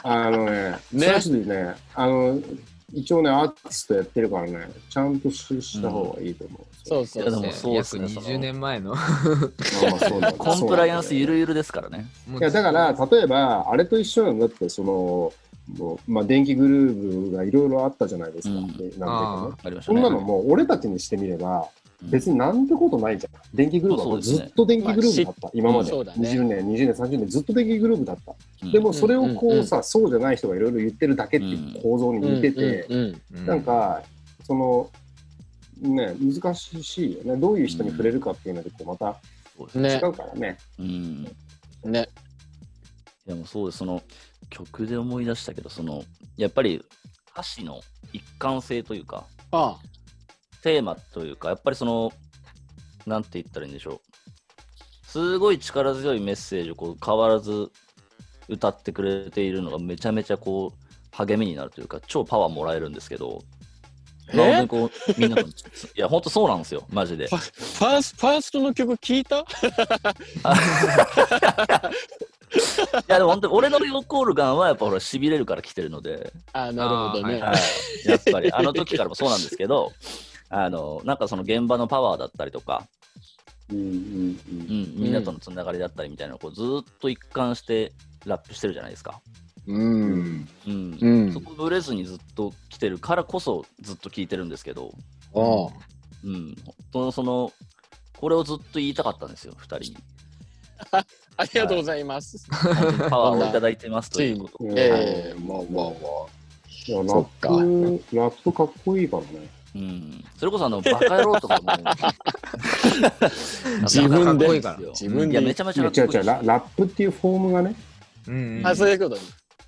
Speaker 1: あのね、
Speaker 4: ね
Speaker 1: それはちょっとね、あの、一応ね、アーティストやってるからね、ちゃんとしした方がいいと思う。
Speaker 4: そうそう
Speaker 3: い
Speaker 4: そ
Speaker 3: や
Speaker 4: う
Speaker 3: でも。そうですね
Speaker 2: 約20年前の。
Speaker 1: まあまあそうなんだ
Speaker 3: コンプライアンスゆるゆるですからね。
Speaker 1: いやだから、例えばあれと一緒なんだってそのもう、まあ、電気グルーブがいろいろあったじゃないですか、
Speaker 3: うん
Speaker 1: でなんていうかね
Speaker 3: ありまし
Speaker 1: そ
Speaker 3: たね。
Speaker 1: んなのもう俺たちにしてみれば別になんてことないじゃん電気グルーブはもうずっと電気グルーブだった、今まで、
Speaker 4: そうだね
Speaker 1: 20年20年30年ずっと電気グルーブだった、
Speaker 3: うん
Speaker 1: でもそれをこ
Speaker 4: うんうんう
Speaker 1: うんさ、そうじゃない人がいろいろ言ってるだけっていう構造に似てて、
Speaker 4: うんうんうん
Speaker 2: うん
Speaker 1: なん、かそのね難しいよねどういう人に触れるかっていうのでこうまた
Speaker 3: そうですね
Speaker 1: 違
Speaker 4: ね
Speaker 1: うからね
Speaker 3: うん
Speaker 4: ね。
Speaker 3: でもそうです、その曲で思い出したけど、そのやっぱり歌詞の一貫性というか、
Speaker 4: あ
Speaker 3: テーマというか、やっぱりその、なんて言ったらいいんでしょう、すごい力強いメッセージをこう変わらず歌ってくれているのがめちゃめちゃこう励みになるというか、超パワーもらえるんですけど、
Speaker 4: え
Speaker 3: なのでこうみんなと、いや、本当そうなんですよ、マジで
Speaker 4: フ。ァファースファーストの曲聞いた？
Speaker 3: いや、でも本当に俺のヨーコールガンはやっぱほら、痺れるから来てるので。
Speaker 4: あなるほどね。
Speaker 2: あ
Speaker 3: はい、やっぱりあの時からもそうなんですけど、 あのなんかその現場のパワーだったりとか、
Speaker 1: うんうんうん
Speaker 3: うん、みんなとのつながりだったりみたいなのをこうずーっと一貫してラップしてるじゃないですか。
Speaker 4: うん。
Speaker 3: うん
Speaker 4: うん
Speaker 3: そこぶれずにずっと来てるからこそずっと聞いてるんですけど、
Speaker 4: あ
Speaker 3: うん、本当のそのこれをずっと言いたかったんですよ、2人に。
Speaker 4: ありがとうございます。
Speaker 3: 本当にパワーをいただいてますという こと。
Speaker 1: うん
Speaker 4: ええまあまあま
Speaker 1: いやラ
Speaker 4: そ
Speaker 1: ッ
Speaker 4: っ
Speaker 1: プ
Speaker 4: か
Speaker 1: ラップかっこいいからね。
Speaker 3: うん、それこそあのバカ野郎とかも
Speaker 4: 自分
Speaker 2: かっ
Speaker 4: で
Speaker 2: こいいから
Speaker 3: 自
Speaker 4: 自分で
Speaker 3: いやめちゃめ
Speaker 1: い
Speaker 3: ちゃ
Speaker 1: や
Speaker 3: かっ
Speaker 1: 違う
Speaker 3: こい
Speaker 1: 違
Speaker 3: いうし
Speaker 1: ラ、ラップっていうフォームがね、
Speaker 2: うんうん
Speaker 4: あそういうことに。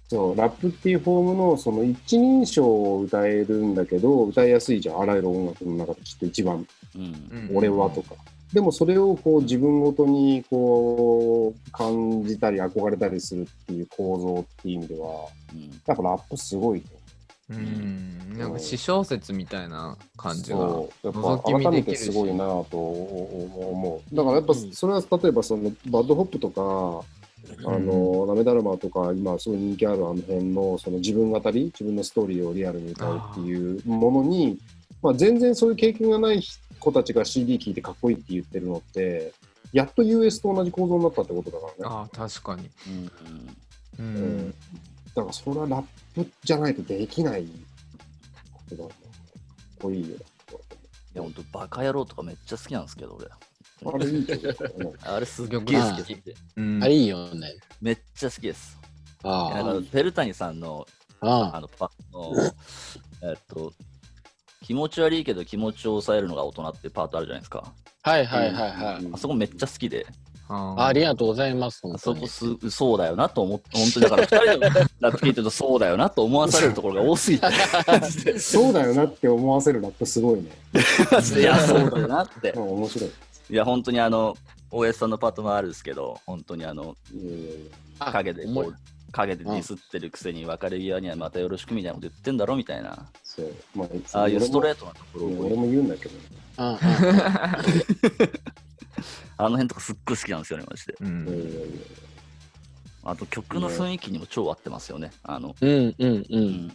Speaker 1: そう、ラップっていうフォームのその一人称を歌えるんだけど、歌いやすいじゃん、あらゆる音楽の中できっと一番、
Speaker 3: うん。
Speaker 2: うん
Speaker 1: 俺はとか。でもそれをこう自分ごとにこう感じたり憧れたりするっていう構造っていう意味では、
Speaker 3: うん。
Speaker 1: やっぱラップすごいね。
Speaker 2: うんなんか私小説みたいな感じが
Speaker 1: そうやっ
Speaker 2: 覗き
Speaker 1: ぱ
Speaker 2: 見
Speaker 1: 改め
Speaker 2: でき
Speaker 1: て
Speaker 2: るし
Speaker 1: すごいなぁと思う。だからやっぱそれは例えばそのバッドホップとか、あの、ラメダルマとか、今すごい人気あるあの辺のその自分語り、自分のストーリーをリアルに歌うっていうものに、まあ全然そういう経験がない子たちが CD 聴いてかっこいいって言ってるのって、やっと US と同じ構造になったってことだからね。
Speaker 2: ああ確かに
Speaker 3: うん。
Speaker 2: う
Speaker 1: うんん、だからそれはラップじゃないとできないことだよね。かっこいいよ。
Speaker 3: いや、ほんと、バカ野郎とかめっちゃ好きなんですけど、俺。
Speaker 1: あれいいけどね。
Speaker 3: あれすっげえ好きで。
Speaker 2: うん
Speaker 4: あれいいよね。
Speaker 3: めっちゃ好きです。いや
Speaker 4: あ
Speaker 3: だから、ペルタニさんの、
Speaker 4: あ。あ
Speaker 3: あの、パの、えっと、気持ち悪いけど気持ちを抑えるのが大人ってパートあるじゃないですか。
Speaker 4: あ。はいはいはいはい。
Speaker 3: あそこめっちゃ好きで、
Speaker 2: あ
Speaker 4: ありがとうございます。
Speaker 3: あ
Speaker 4: 本当
Speaker 3: そ
Speaker 4: に
Speaker 3: こすそうだよなと思って、本当にだから2人のラップ聞いてるとそうだよなと思わされるところが多すぎ て、
Speaker 1: そうだよなって思わせるラップすごいね。
Speaker 3: マジでいや、そうだよなって
Speaker 1: うん。面白い。
Speaker 3: いや、本当にあの、大江さんのパートもあるんですけど、本当にあの、
Speaker 1: いやいやいや
Speaker 4: あ
Speaker 3: 影でこ、
Speaker 4: 思いう
Speaker 3: 影でディスってるくせに別れ際にはまたよろしくみたいなこと言ってんだろみたいな、
Speaker 1: そう。まあ、
Speaker 3: ああいうストレ
Speaker 1: ー
Speaker 3: ートなところ
Speaker 1: 俺
Speaker 3: を、
Speaker 1: も言うんだけどね。
Speaker 4: うんうん
Speaker 3: あの辺とかすっごい好きなんですよね、マジで。
Speaker 2: うん
Speaker 1: いやいやいや
Speaker 3: あと曲の雰囲気にも超合ってますよね。あの、
Speaker 4: うんうんう。
Speaker 3: うんん、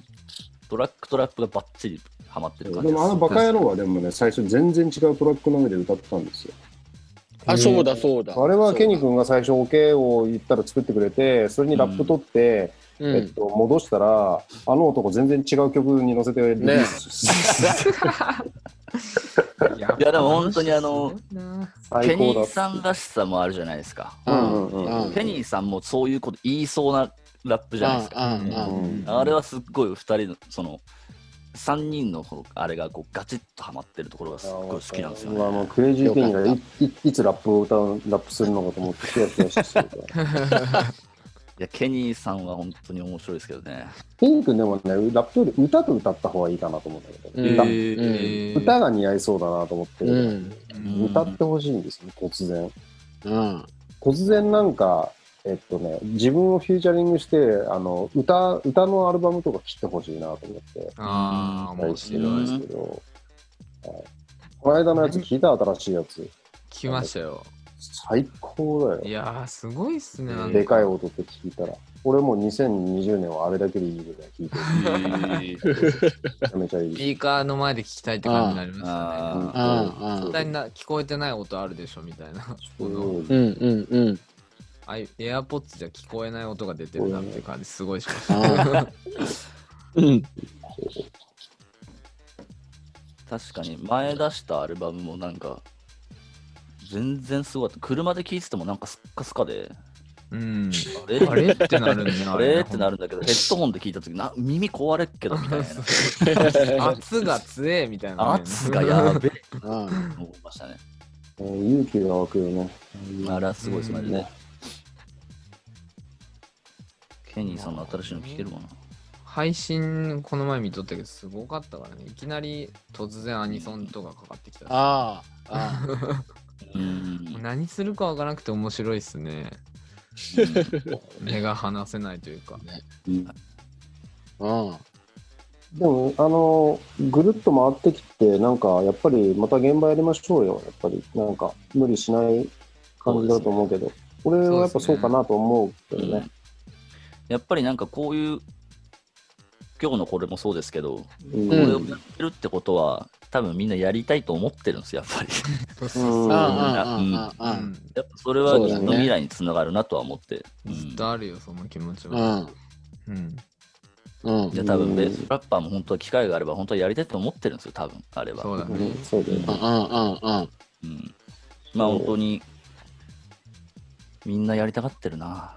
Speaker 3: トラックとラップがバッチリハマってる感じ
Speaker 1: で
Speaker 3: です。
Speaker 1: もあのバカ野郎はでもね、最初全然違うトラックの上で歌ってたんですよ。
Speaker 4: あ、そうだそうだ。
Speaker 1: あれはケニ
Speaker 4: 君。
Speaker 1: 君が最初オケを言ったら作ってくれて、それにラップ取って、
Speaker 4: う
Speaker 1: えっ
Speaker 4: ん。
Speaker 1: と、戻したら、あの男全然違う曲に乗せてリリースして
Speaker 2: い
Speaker 3: いやでも本当にあのケ
Speaker 1: 最
Speaker 3: ニ
Speaker 1: 高だ
Speaker 3: ーさんらしさもあるじゃないですか。
Speaker 1: うんうんうん
Speaker 3: ケニーさんもそういうこと言いそうなラップじゃないですか。
Speaker 4: うんうんうん。
Speaker 3: あれはすっごい2人のその3人のこのあれがこうガチッとハマってるところがすっごい好きなんですよ
Speaker 1: うわもう
Speaker 3: ね。
Speaker 1: クレイジーケニーがいいいつラップを歌う、ラップするのかと思って、ヒヤヒヤしてた。
Speaker 3: いやケニーさんは本当に面白いですけどね。
Speaker 1: ピンクでもね、ラップより歌と歌った方がいいかなと思うんだけど、
Speaker 4: うん
Speaker 1: 歌
Speaker 2: え
Speaker 1: 歌が似合いそうだなと思って、
Speaker 4: うん
Speaker 3: うん
Speaker 1: 歌ってほしいんですよ、突然。
Speaker 4: うん。
Speaker 1: 突然なんか、えっとね、自分をフューチャリングして、あの、歌、歌のアルバムとか切ってほしいなと思って、
Speaker 2: ああ
Speaker 1: 期
Speaker 2: 面
Speaker 1: 待してる
Speaker 2: 白
Speaker 1: ん
Speaker 2: い
Speaker 1: ですけど、はいこの間のやつ聞いた新しいやつ。
Speaker 2: 聞きましたよ
Speaker 1: 最高だよ
Speaker 2: い。やーすごいっすねなん
Speaker 1: でかい音って聞いたら。俺もう2020年はあれだけでいいぐらい聞いてる。めちゃめちゃい
Speaker 2: ス
Speaker 1: い。
Speaker 2: ピーカーの前で聞きたいって感じになりましたね
Speaker 3: あー
Speaker 4: うんうん
Speaker 2: 絶対な聞こえてない音あるでしょみたいなこの
Speaker 1: うん
Speaker 4: うんうんうん。
Speaker 2: あいエアポッツじゃ聞こえない音が出てるなっていう感じすごいしました
Speaker 4: あうん。
Speaker 3: 確かに前出したアルバムもなんか全然すごかった。車で聴いててもなんかスッカスカで。
Speaker 2: うん
Speaker 3: あれ
Speaker 2: あれってなるんだね
Speaker 3: あれってなるんだけど、ヘッドホンで聞いたとき、な耳壊れっけどみたいな。
Speaker 2: 圧が強えみたいなね
Speaker 3: 圧がやべえ
Speaker 4: うん。
Speaker 3: と思いましたね。
Speaker 1: 勇気が湧くよね。
Speaker 3: あれはすごいです
Speaker 2: うん
Speaker 3: ね。ケニーさんの新しいの聞けるかな。
Speaker 2: 配信この前見とったけどすごかったからねいきなり突然アニソンとかかかってきたし
Speaker 4: ああ。ああ。
Speaker 3: うん
Speaker 2: 何するかわからなくて面白いっすね目が離せないというか
Speaker 4: うん。
Speaker 1: でも、あの、ぐるっと回ってきて、なんか、やっぱり、また現場やりましょうよ。やっぱり、なんか、無理しない感じだと思うけど、俺はやっぱそうかなと思うけどね。
Speaker 3: やっぱりなんかこういう、今日のこれもそうですけど、こ
Speaker 1: うん
Speaker 4: う
Speaker 3: れ
Speaker 4: ん
Speaker 3: をやってるってことは、多分みんなやりたいと思ってるんですよ、やっぱり。
Speaker 1: うん
Speaker 4: うん
Speaker 2: う
Speaker 4: うんうん
Speaker 2: ん
Speaker 3: やっぱそれは
Speaker 4: そう
Speaker 3: き
Speaker 4: だ
Speaker 3: っ
Speaker 4: ね
Speaker 3: と未来につながるなとは思って。うん
Speaker 2: ずっとあるよその気持ち
Speaker 4: う
Speaker 2: は、
Speaker 4: ん
Speaker 2: うん、
Speaker 4: うん。うん
Speaker 3: いや多分ベースラッパーも本当は機会があれば本当はやりたいと思ってるんですよ、多分あれは。
Speaker 2: そうだ
Speaker 1: う
Speaker 2: ね
Speaker 1: んそうだよね。
Speaker 4: うん
Speaker 3: うん、まあ本当にみんなやりたがってるな。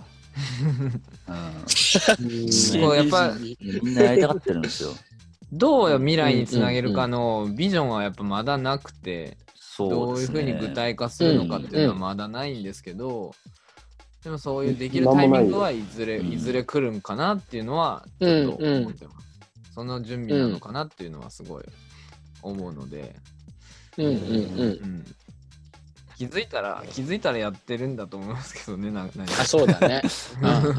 Speaker 3: う
Speaker 4: うん。
Speaker 2: すごいやっぱ
Speaker 3: ん、みんなやりたがってるんですよ。
Speaker 2: どう未来につなげるかのビジョンはやっぱまだなくて
Speaker 3: そう
Speaker 2: どう
Speaker 3: で
Speaker 2: いう
Speaker 3: す
Speaker 2: ふう
Speaker 3: ね。
Speaker 2: に具体化するのかっていうのはまだないんですけどでもそういうできる
Speaker 1: なん
Speaker 2: タ
Speaker 1: も
Speaker 2: イミ
Speaker 1: ないよ
Speaker 2: ングはいずれ、
Speaker 3: うん
Speaker 2: いずれ来るんかなっていうのは、ちょっと思ってます。その準備なのかなっていうのはすごい思うので、
Speaker 4: うんうんうん。
Speaker 2: うん気づいたら、気づいたらやってるんだと思いますけどね、ななんか
Speaker 4: あ、そうだね。うんうんうん。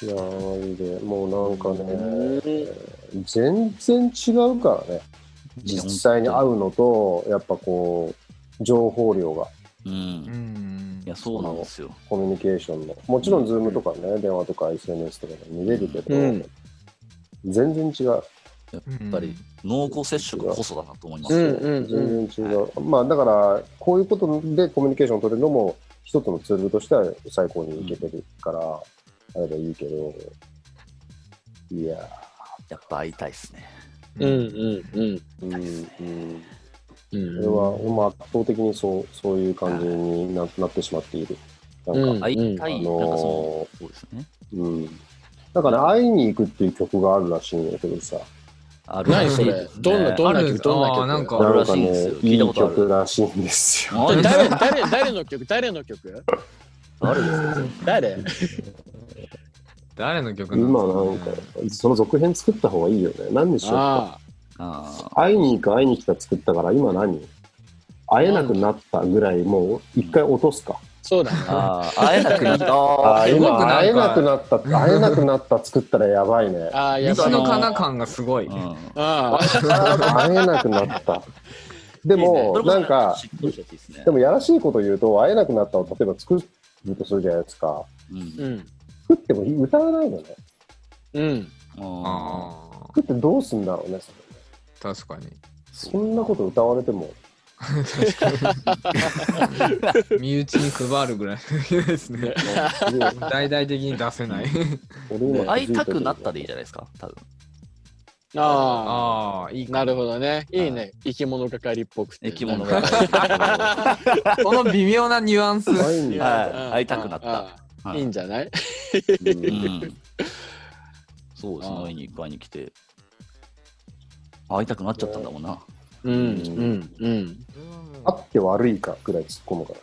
Speaker 1: いやー、マジで。もうなんかね、
Speaker 4: うん
Speaker 1: 全然違うからね。実際に会うのと、やっぱこう、情報量が、
Speaker 3: うん。
Speaker 2: う
Speaker 3: い
Speaker 2: ん。
Speaker 3: や、そうなんですよ。
Speaker 1: コミュニケーションの。もちろん、ズームとかね、電話とか SNS とかで見れるけど、
Speaker 4: うん
Speaker 1: 全然違う。
Speaker 2: や
Speaker 3: やっぱり、濃厚接触こそだなと思いま
Speaker 4: う
Speaker 3: す
Speaker 4: ん
Speaker 3: よ。
Speaker 4: う
Speaker 1: 全
Speaker 4: ん
Speaker 1: 然違う。まあ、だから、こういうことでコミュニケーションを取れるのも、一つのツールとしては最高にいけてるから、あればいいけど、いや
Speaker 3: やっぱ会いたいっすね。
Speaker 4: うん。うんうんうん。
Speaker 1: ー、うん、
Speaker 4: うん
Speaker 1: それは、まあ、圧倒的にそう、そういう感じにななってしまっている。なんか、
Speaker 4: うん
Speaker 3: 会いた
Speaker 1: あ
Speaker 3: い、なんかそ
Speaker 1: の
Speaker 3: の、そうですね。
Speaker 1: ーうん。だから、会いに行くっていう曲があるらしいんだけどさ、
Speaker 3: ある
Speaker 4: 何
Speaker 3: らし
Speaker 4: そ
Speaker 3: い
Speaker 4: れ
Speaker 3: ですね
Speaker 4: どんな、どんな
Speaker 2: ある
Speaker 4: 曲、どんな
Speaker 2: あー
Speaker 4: 曲
Speaker 2: なん
Speaker 1: な
Speaker 2: か
Speaker 1: んか
Speaker 3: あるらしいんで
Speaker 1: ね
Speaker 3: すよ、聞
Speaker 1: い
Speaker 3: いた
Speaker 1: い
Speaker 3: ことある
Speaker 1: 曲らしいんですよ。
Speaker 3: マジで
Speaker 4: 誰、誰、誰の曲誰の曲
Speaker 3: あるですよ。
Speaker 4: 誰
Speaker 2: 誰の曲なん
Speaker 1: 今なんか
Speaker 2: です、
Speaker 1: その続編作った方がいいよね。何でしょうか
Speaker 4: あ
Speaker 3: あ
Speaker 1: 会いに行く会いに来た作ったから今何会えなくなったぐらいもう一回落とすか、
Speaker 4: あ、そうだ
Speaker 3: ー
Speaker 4: ね。
Speaker 3: あー、会 えなくなった。
Speaker 1: あー
Speaker 2: すごく
Speaker 1: 今
Speaker 2: なんか
Speaker 1: 会えなくなった会えなくなった作ったらやばいね
Speaker 4: ああ、
Speaker 2: ね
Speaker 4: やっぱ
Speaker 2: 西
Speaker 4: り
Speaker 2: のかな感がすごい。
Speaker 3: うん
Speaker 4: ああ、
Speaker 1: 会えなくな ったでもなんか
Speaker 3: しっとりしたやつですね
Speaker 1: でもやらしいこと言うと会えなくなったを例えば作るとするじゃないですか
Speaker 3: うん
Speaker 4: うん。
Speaker 1: 作っても歌わないのね
Speaker 4: うん。
Speaker 3: あ
Speaker 2: ああ、
Speaker 1: 作ってどうすんだろうねそれ
Speaker 2: 確かに。
Speaker 1: そんなこと歌われて も
Speaker 2: 身内に配るぐらいですね。大々的に出せない。
Speaker 1: 俺
Speaker 3: ー
Speaker 1: 今
Speaker 3: 会いたくなったでいい
Speaker 1: じ
Speaker 3: じゃないですか、多分。
Speaker 4: あ
Speaker 2: ああ、いい
Speaker 4: あ、
Speaker 2: か。
Speaker 4: なるほどね。いいね。生き物係っぽくて。
Speaker 3: 生き物が。は
Speaker 2: この微妙なニュアンス
Speaker 1: ゃ。会いに
Speaker 3: い
Speaker 1: 行く
Speaker 3: 会いたくなった。
Speaker 4: たいいんじゃない
Speaker 3: うんそうですね、会いに会いに来て。会いたくなっちゃったんだもんな。
Speaker 4: うんうんうん。
Speaker 1: 会って悪いかぐらい突っ込むから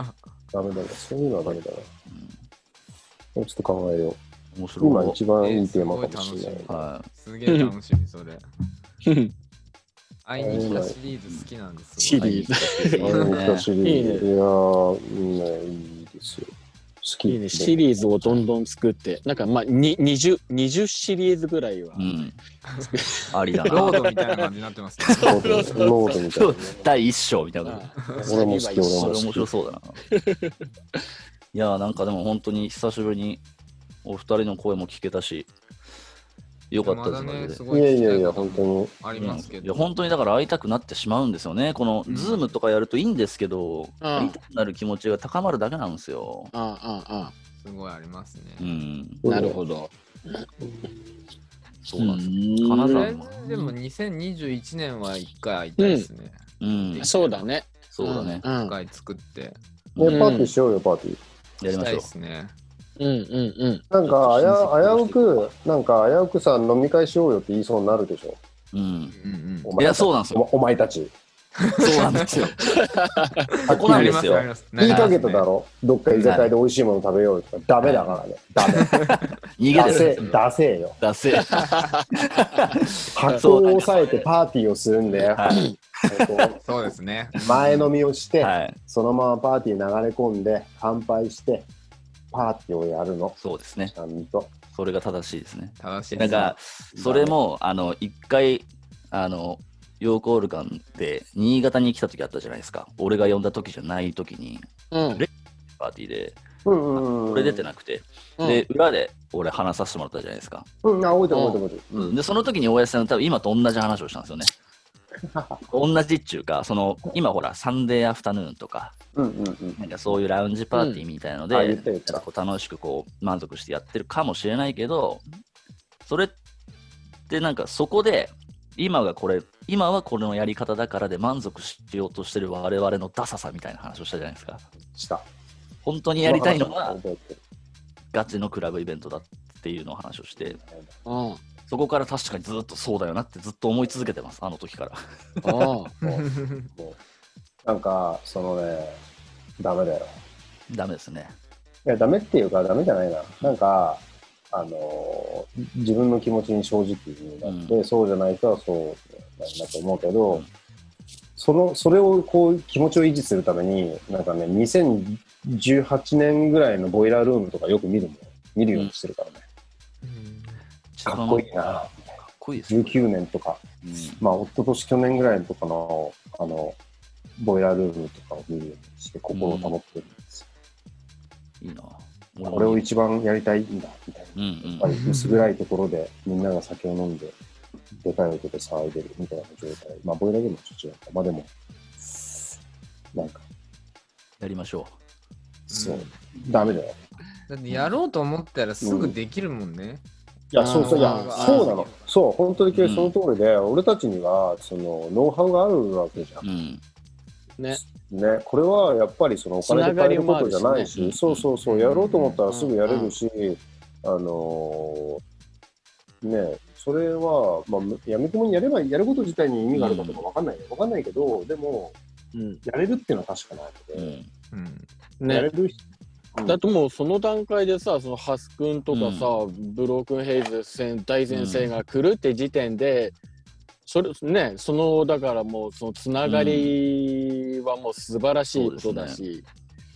Speaker 3: あ、
Speaker 1: ダメだなそういうのはダメだなちょっと考えよう。
Speaker 3: 面白い。
Speaker 1: 今一番いいテーマかもしれない。
Speaker 3: は
Speaker 2: すげえ楽しみ、それ。会いに来たシリーズ好きなんです。
Speaker 4: シ
Speaker 3: い。会い
Speaker 4: リ
Speaker 3: に
Speaker 4: ー
Speaker 3: 来
Speaker 4: ズ。
Speaker 3: ていい
Speaker 1: あの
Speaker 3: ね
Speaker 1: 二シリーズ。いやー、みんないいですよ。好き。
Speaker 4: いいね。シリーズをどんどん作って、なんかまあ、に20、20シリーズぐらいは
Speaker 3: う。ん。ありだ
Speaker 2: ロー
Speaker 3: な。
Speaker 2: ドみたいな感じになってますね。
Speaker 1: ノートノートみたいなね。
Speaker 3: 第一章みたいな。
Speaker 4: うん
Speaker 1: 俺も好き俺
Speaker 3: そ
Speaker 1: も
Speaker 3: れ面白そうだな。いやーなんかでも本当に久しぶりにお二人の声も聞けたし、よかったですマジで
Speaker 2: ね。すご
Speaker 1: い
Speaker 2: い
Speaker 1: やい
Speaker 2: 聞き
Speaker 1: や
Speaker 2: た
Speaker 1: いや、
Speaker 2: こと
Speaker 1: 本当に。
Speaker 2: ありますけ
Speaker 3: いや
Speaker 2: ど。
Speaker 3: 本当にだから会いたくなってしまうんですよね。この
Speaker 2: うん
Speaker 3: ズームとかやるといいんですけど、
Speaker 4: うん
Speaker 3: 会いたくなる気持ちが高まるだけなんですよ。
Speaker 4: ああ、あ
Speaker 2: すごいありますね。
Speaker 3: うん、
Speaker 4: あ。なるほど。
Speaker 3: そうなんですよ。
Speaker 4: す
Speaker 2: と
Speaker 3: 金
Speaker 2: り
Speaker 3: 沢
Speaker 2: あえずでも2021年は一回会いたいですね。
Speaker 3: うん、
Speaker 4: そうだね。
Speaker 3: そうだね。
Speaker 2: 一
Speaker 4: ん
Speaker 2: 回作って。
Speaker 1: ねパーティーしようよ、パーティー。
Speaker 3: やりま
Speaker 2: た
Speaker 3: し
Speaker 2: い
Speaker 3: ょう
Speaker 2: で。すね。
Speaker 4: うんうんうん。
Speaker 1: なんか、あや、危うく、なんか、危うくさ、飲み会しようよって言いそうになるでしょ。
Speaker 3: うん、
Speaker 2: うんうん。
Speaker 1: お
Speaker 3: い
Speaker 1: 前
Speaker 3: や、
Speaker 1: たち
Speaker 3: そうなんです
Speaker 1: お
Speaker 3: よ。
Speaker 1: お前たち。
Speaker 3: そうなんですよ。
Speaker 1: は
Speaker 3: そ
Speaker 1: っ
Speaker 3: こな
Speaker 1: き
Speaker 3: ん
Speaker 1: り言
Speaker 3: で
Speaker 1: う
Speaker 3: すよ
Speaker 2: ありますあ
Speaker 1: 言
Speaker 2: り
Speaker 1: い
Speaker 2: ます
Speaker 1: かけただろ。どっか居酒屋で美味しいもの食べようよとか。ダメだからね。ダメ。
Speaker 3: 逃げ
Speaker 1: ダ
Speaker 3: です
Speaker 1: せ
Speaker 3: よ。、
Speaker 1: ダせえよ。
Speaker 3: 出せ。
Speaker 1: 発を抑えてパーティーをするんだよ。こ
Speaker 2: そうですね。
Speaker 1: う前飲みをして、
Speaker 3: はい。
Speaker 1: そのままパーティー流れ込んで、乾杯して、パーティーをやるの。
Speaker 3: そうですね
Speaker 1: ち。ゃんと。
Speaker 3: それが正しいですね。
Speaker 2: 正しいで
Speaker 3: なん
Speaker 2: すね。
Speaker 3: か、それも、あの、一回、あの、陽光ルカンで、新潟に来た時あったじゃないですか。俺が呼んだ時じゃない時に、
Speaker 4: うん
Speaker 3: パーティーで、
Speaker 1: うんう
Speaker 3: 俺出てなくて、
Speaker 4: うん。
Speaker 3: で、裏で俺話させてもらったじゃないですか。
Speaker 1: うん、あ、覚えてる覚えてる覚えてる。
Speaker 3: で、その時に大家さん、多分今と同じ話をしたんですよね。同じっちゅうか、その、今ほら、サンデーアフタヌーンとか、
Speaker 1: うんうんうん。
Speaker 3: なんかそういうラウンジパーティーみたいので、
Speaker 1: うんあ言った言った
Speaker 3: なんかこう楽しくこう満足してやってるかもしれないけど、それってなんかそこで、今がこれ、今はこれのやり方だからで満足しようとしてる我々のダサさみたいな話をしたじゃないですか。
Speaker 1: した。
Speaker 3: 本当にやりたいのは
Speaker 1: 覚えてる
Speaker 3: ガチのクラブイベントだっていうのを話をして、
Speaker 4: うん。
Speaker 3: そこから確かにずっとそうだよなってずっと思い続けてます、あの時から。
Speaker 4: ああ
Speaker 1: なんか、そのね、ダメだよ。
Speaker 3: ダメですね。
Speaker 1: いや、ダメっていうか、ダメじゃないな。なんか、あのー自分の気持ちに正直になって、そうじゃない人はそうなんだと思うけど、
Speaker 3: うん
Speaker 1: その、それをこう、気持ちを維持するために、なんかね、2018年ぐらいのボイラールームとかよく見るもん。見るようにしてるからね。かっこいいな。
Speaker 3: かっこいいですね。
Speaker 1: 19年とか、
Speaker 3: うん
Speaker 1: まあ、一昨年去年ぐらいとかの、あの、ボイラールームとかを見るようにして、心を保ってるんですよ。
Speaker 3: いいな。
Speaker 1: これを一番やりたいんだ、みたいな。
Speaker 3: うんうん
Speaker 1: やっぱり薄暗いところでみんなが酒を飲んで、でかい音で騒いでるみたいな状態。まあ、ボイラーゲームはちょっと違うか。まあでも、なんか、
Speaker 3: やりましょ
Speaker 1: そう、ダメだよ。
Speaker 2: だってやろうと思ったらすぐできるもんね。
Speaker 1: いや、そうそう、いや
Speaker 2: あー、
Speaker 1: そうなの。そう、本当に今
Speaker 3: うん
Speaker 1: 日その通りで、俺たちには、その、ノウハウがあるわけじゃん
Speaker 3: う。う。ん。
Speaker 4: ね
Speaker 1: ね、これはやっぱりそのお金で買えることじゃない
Speaker 4: つ
Speaker 1: し、
Speaker 3: ながりもあるしね
Speaker 1: そうそうそう、やろうと思ったらすぐやれるし、あのーね、それは、まあ、やめくもにやれば、やること自体に意味があるかとかわかんないよ。わかんないけど、でも、
Speaker 4: うん
Speaker 1: やれるっていうのは確かなの
Speaker 3: う
Speaker 1: で、
Speaker 3: ん。
Speaker 2: うん。
Speaker 1: やれ
Speaker 4: ね
Speaker 1: るし、うん
Speaker 4: だってもうその段階でさそのハス君とかさ、ブロークンヘイズ戦大前線が来るって時点で、それねそのだからもうそのつながりはもう素晴らしいことだし、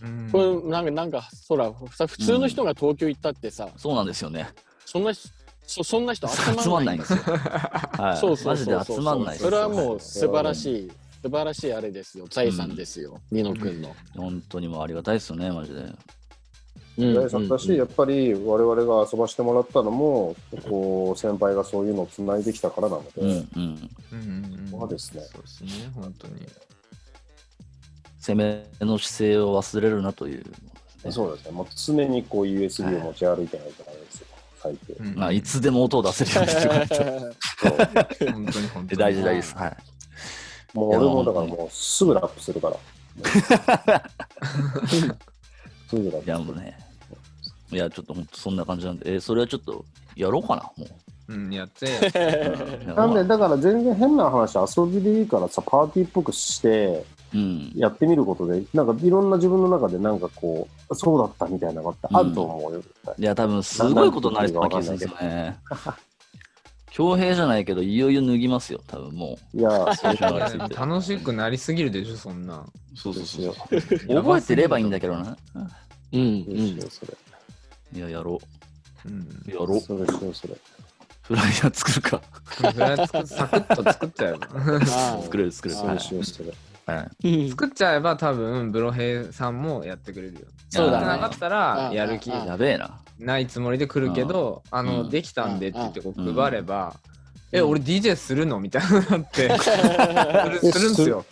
Speaker 2: うん
Speaker 4: これなんかなんかそらさ普通の人が東京行ったってさ、
Speaker 3: そうなんですよね。
Speaker 4: そんな人そそんな人集
Speaker 3: 集
Speaker 4: ま
Speaker 3: ま
Speaker 4: ん
Speaker 3: ん
Speaker 4: な
Speaker 3: ないいんですよ。はい。
Speaker 4: そうそうそうそう
Speaker 3: マジで集まんないです
Speaker 4: そ
Speaker 3: よ
Speaker 4: れはもう素晴らしい素晴らしいあれですよ財産ですよ、ニノ君の、
Speaker 3: 本当にもうありがたいですよね、マジで。
Speaker 4: うん
Speaker 1: 大さんだし、やっぱり我々が遊ばしてもらったのも、こう、先輩がそういうのをつないできたからなので、
Speaker 3: うんう
Speaker 2: う
Speaker 3: ん。
Speaker 2: んうんうん
Speaker 1: そうですね
Speaker 2: そうですね、本当に。
Speaker 3: 攻めの姿勢を忘れるなという。
Speaker 1: そうですね、もう常にこう USB を持ち歩いてないとダメですよ、最低。
Speaker 2: うん
Speaker 3: まあ、いつでも音を出せるように してくれて
Speaker 2: 本当に本当
Speaker 3: で
Speaker 2: に。
Speaker 3: 大事大事です。はい。
Speaker 1: もう俺もだからもうすぐラップする から。すぐラッ
Speaker 3: いや、もうね。いや、ちょっと本当そんな感じなんで、えーそれはちょっとやろうかな、もう。
Speaker 2: うん、やって。
Speaker 3: うん
Speaker 1: プ。なんで、だから全然変な話、遊びでいいからさ、パーティーっぽくして、
Speaker 3: うん。
Speaker 1: やってみることで、なんかいろんな自分の中でなんかこう、そうだったみたいなのがあると思うよ。
Speaker 3: いや、多分すごいことになりそうな気がするんですよね。強兵じゃないけど、いよいよ脱ぎますよ、多分も
Speaker 1: いや、そう
Speaker 3: う。
Speaker 2: い やでも楽しくなりすぎるでしょ、そんな。
Speaker 3: そうそう
Speaker 1: です
Speaker 3: そう
Speaker 1: よ。。
Speaker 3: 覚えてればいいんだけどな。
Speaker 4: うん
Speaker 1: そう
Speaker 4: う
Speaker 1: で
Speaker 4: ん
Speaker 1: すよ、それ。
Speaker 3: いや、やろ
Speaker 2: うん
Speaker 3: う。。やろう。
Speaker 1: そうですよ、それ。
Speaker 3: フライヤー作るか。
Speaker 2: それは作サクッと作っちゃえば。
Speaker 4: あ
Speaker 3: 作れる、作れる。
Speaker 1: そう
Speaker 3: は
Speaker 1: ですよ、そ れ。
Speaker 3: いはい
Speaker 4: ー
Speaker 2: 作っちゃえば多分、ブロヘイさんもやってくれるよ。
Speaker 4: そうだね
Speaker 2: やってなかったら、やる気
Speaker 4: うん
Speaker 3: やべえな。
Speaker 2: ないつもりで来るけど、あ
Speaker 3: う
Speaker 2: の、
Speaker 3: ん
Speaker 2: できたんでって言ってこ
Speaker 3: う
Speaker 2: うん配れば、
Speaker 4: うん
Speaker 2: え、俺 DJ するのみたいになって、するするんすよ。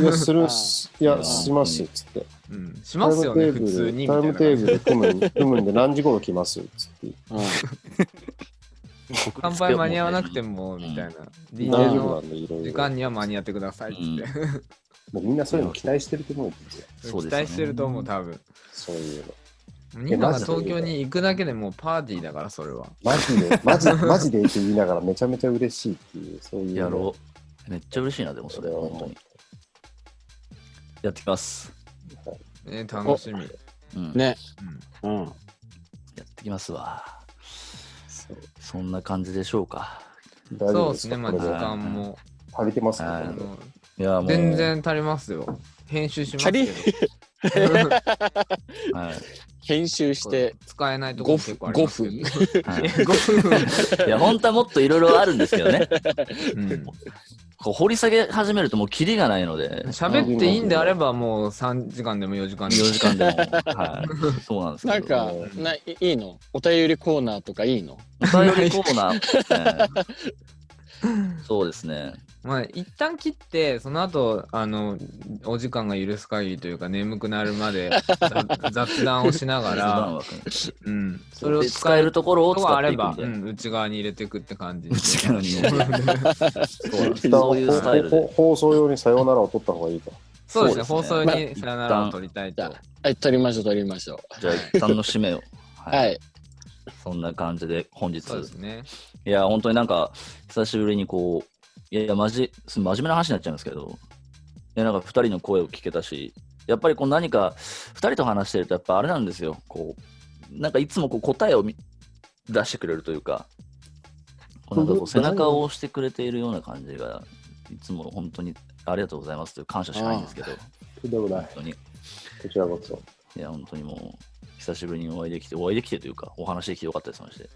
Speaker 1: いや、する
Speaker 4: あ
Speaker 1: んす、いや、しますよ、つって。
Speaker 2: うん、しますよね、普通に。み
Speaker 1: タ
Speaker 2: た
Speaker 1: イ
Speaker 2: いな
Speaker 1: ムテーブル組むん組むんで何時頃来ますつって。
Speaker 2: 乾杯間に合わなくても、みたい
Speaker 1: 大
Speaker 2: な。DJ
Speaker 1: 丈夫な
Speaker 2: の
Speaker 1: んで、いろいろ
Speaker 2: 時間。には間に合ってくださいって 言って。
Speaker 1: もうみんなそういうの期待してると思うんですよ。
Speaker 3: そう
Speaker 2: 期
Speaker 3: ですよね
Speaker 2: 待してると思う、多分。
Speaker 1: そういうの。
Speaker 2: ニノが東京に行くだけでもうパーティーだから、それは。
Speaker 1: マジで、マジマジでって言いながらめちゃめちゃ嬉しいっていう、そういう。
Speaker 3: やろう。めっちゃ嬉しいな、でもそれは本当に。やってきます。
Speaker 2: えー楽しみ。うん
Speaker 3: うん。
Speaker 4: ね
Speaker 2: うん
Speaker 4: うん
Speaker 3: やってきますわ。
Speaker 1: そう
Speaker 3: そんな感じでしょうか。
Speaker 1: 大丈
Speaker 2: そう
Speaker 1: 夫
Speaker 2: で
Speaker 1: ですす
Speaker 2: ね、
Speaker 1: か
Speaker 2: まあ
Speaker 1: こ
Speaker 2: 時
Speaker 1: れ
Speaker 3: は
Speaker 1: で。
Speaker 2: 間も。
Speaker 1: 足りてます
Speaker 3: は
Speaker 1: か
Speaker 2: あ
Speaker 3: い
Speaker 1: これで
Speaker 2: の
Speaker 3: いや、もう。
Speaker 2: 全。然足りますよ。編集しますけど。
Speaker 3: はい。
Speaker 4: 編集して
Speaker 2: 使えないところ
Speaker 4: 5
Speaker 2: 結構
Speaker 4: 分
Speaker 2: ありま
Speaker 4: 5
Speaker 2: すけど。
Speaker 4: 分
Speaker 3: は い
Speaker 2: 5分。
Speaker 3: いや、本当はもっといろいろあるんですけどね。
Speaker 2: うん
Speaker 3: こう掘り下げ始めるともうキリがないので。
Speaker 2: 喋っていいんであればもう3時間でも4時間
Speaker 3: 4
Speaker 2: でも。
Speaker 3: 時間でも。はい。そうなんです
Speaker 4: な
Speaker 3: け
Speaker 4: ん
Speaker 3: ど。
Speaker 4: かないいいのお便りコーナーとかいいの
Speaker 3: お便りコーナー。ねそうですね。
Speaker 2: まあ一旦切って、その後、あの、お時間が許す限りというか眠くなるまで雑雑談をしながら、うん、それを
Speaker 3: で使えるところ
Speaker 2: こ
Speaker 3: を
Speaker 2: とが
Speaker 3: 使
Speaker 2: あ
Speaker 3: って
Speaker 2: れ
Speaker 3: いくみ
Speaker 2: ば、
Speaker 3: た
Speaker 2: う
Speaker 3: いな。
Speaker 2: ん、内側に入れていくって感じ。
Speaker 3: 内 側に入れて
Speaker 1: 一旦
Speaker 3: そういうスタイル
Speaker 1: ほ
Speaker 3: で
Speaker 1: ほ。放送用にさようならを取った方がいいと。
Speaker 2: そうですね、
Speaker 3: そ
Speaker 2: 放
Speaker 3: うですね
Speaker 2: 送にさよならを取りたいと。
Speaker 4: はい撮りましょう撮りましょう
Speaker 3: じゃあ、一旦の締めを。
Speaker 4: はい
Speaker 3: そんな感じで本日
Speaker 2: そうですね。
Speaker 3: いや本当になんか久しぶりにこういやいやマジす真面目な話になっちゃうんですけどいやなんか2人の声を聞けたしやっぱりこう何か2人と話してるとやっぱあれなんですよこうなんかいつもこう答えをみ出してくれるというかこうなんかこう背中を押してくれているような感じがいつも本当にありがとうございますという感謝しかないんですけど
Speaker 1: とんでもな
Speaker 3: 本
Speaker 1: い。
Speaker 3: 当に
Speaker 1: こちらこそ。
Speaker 3: いや、本当にもう、久しぶりにお会いできて、お会いできてというか、お話できてよかったです、まして。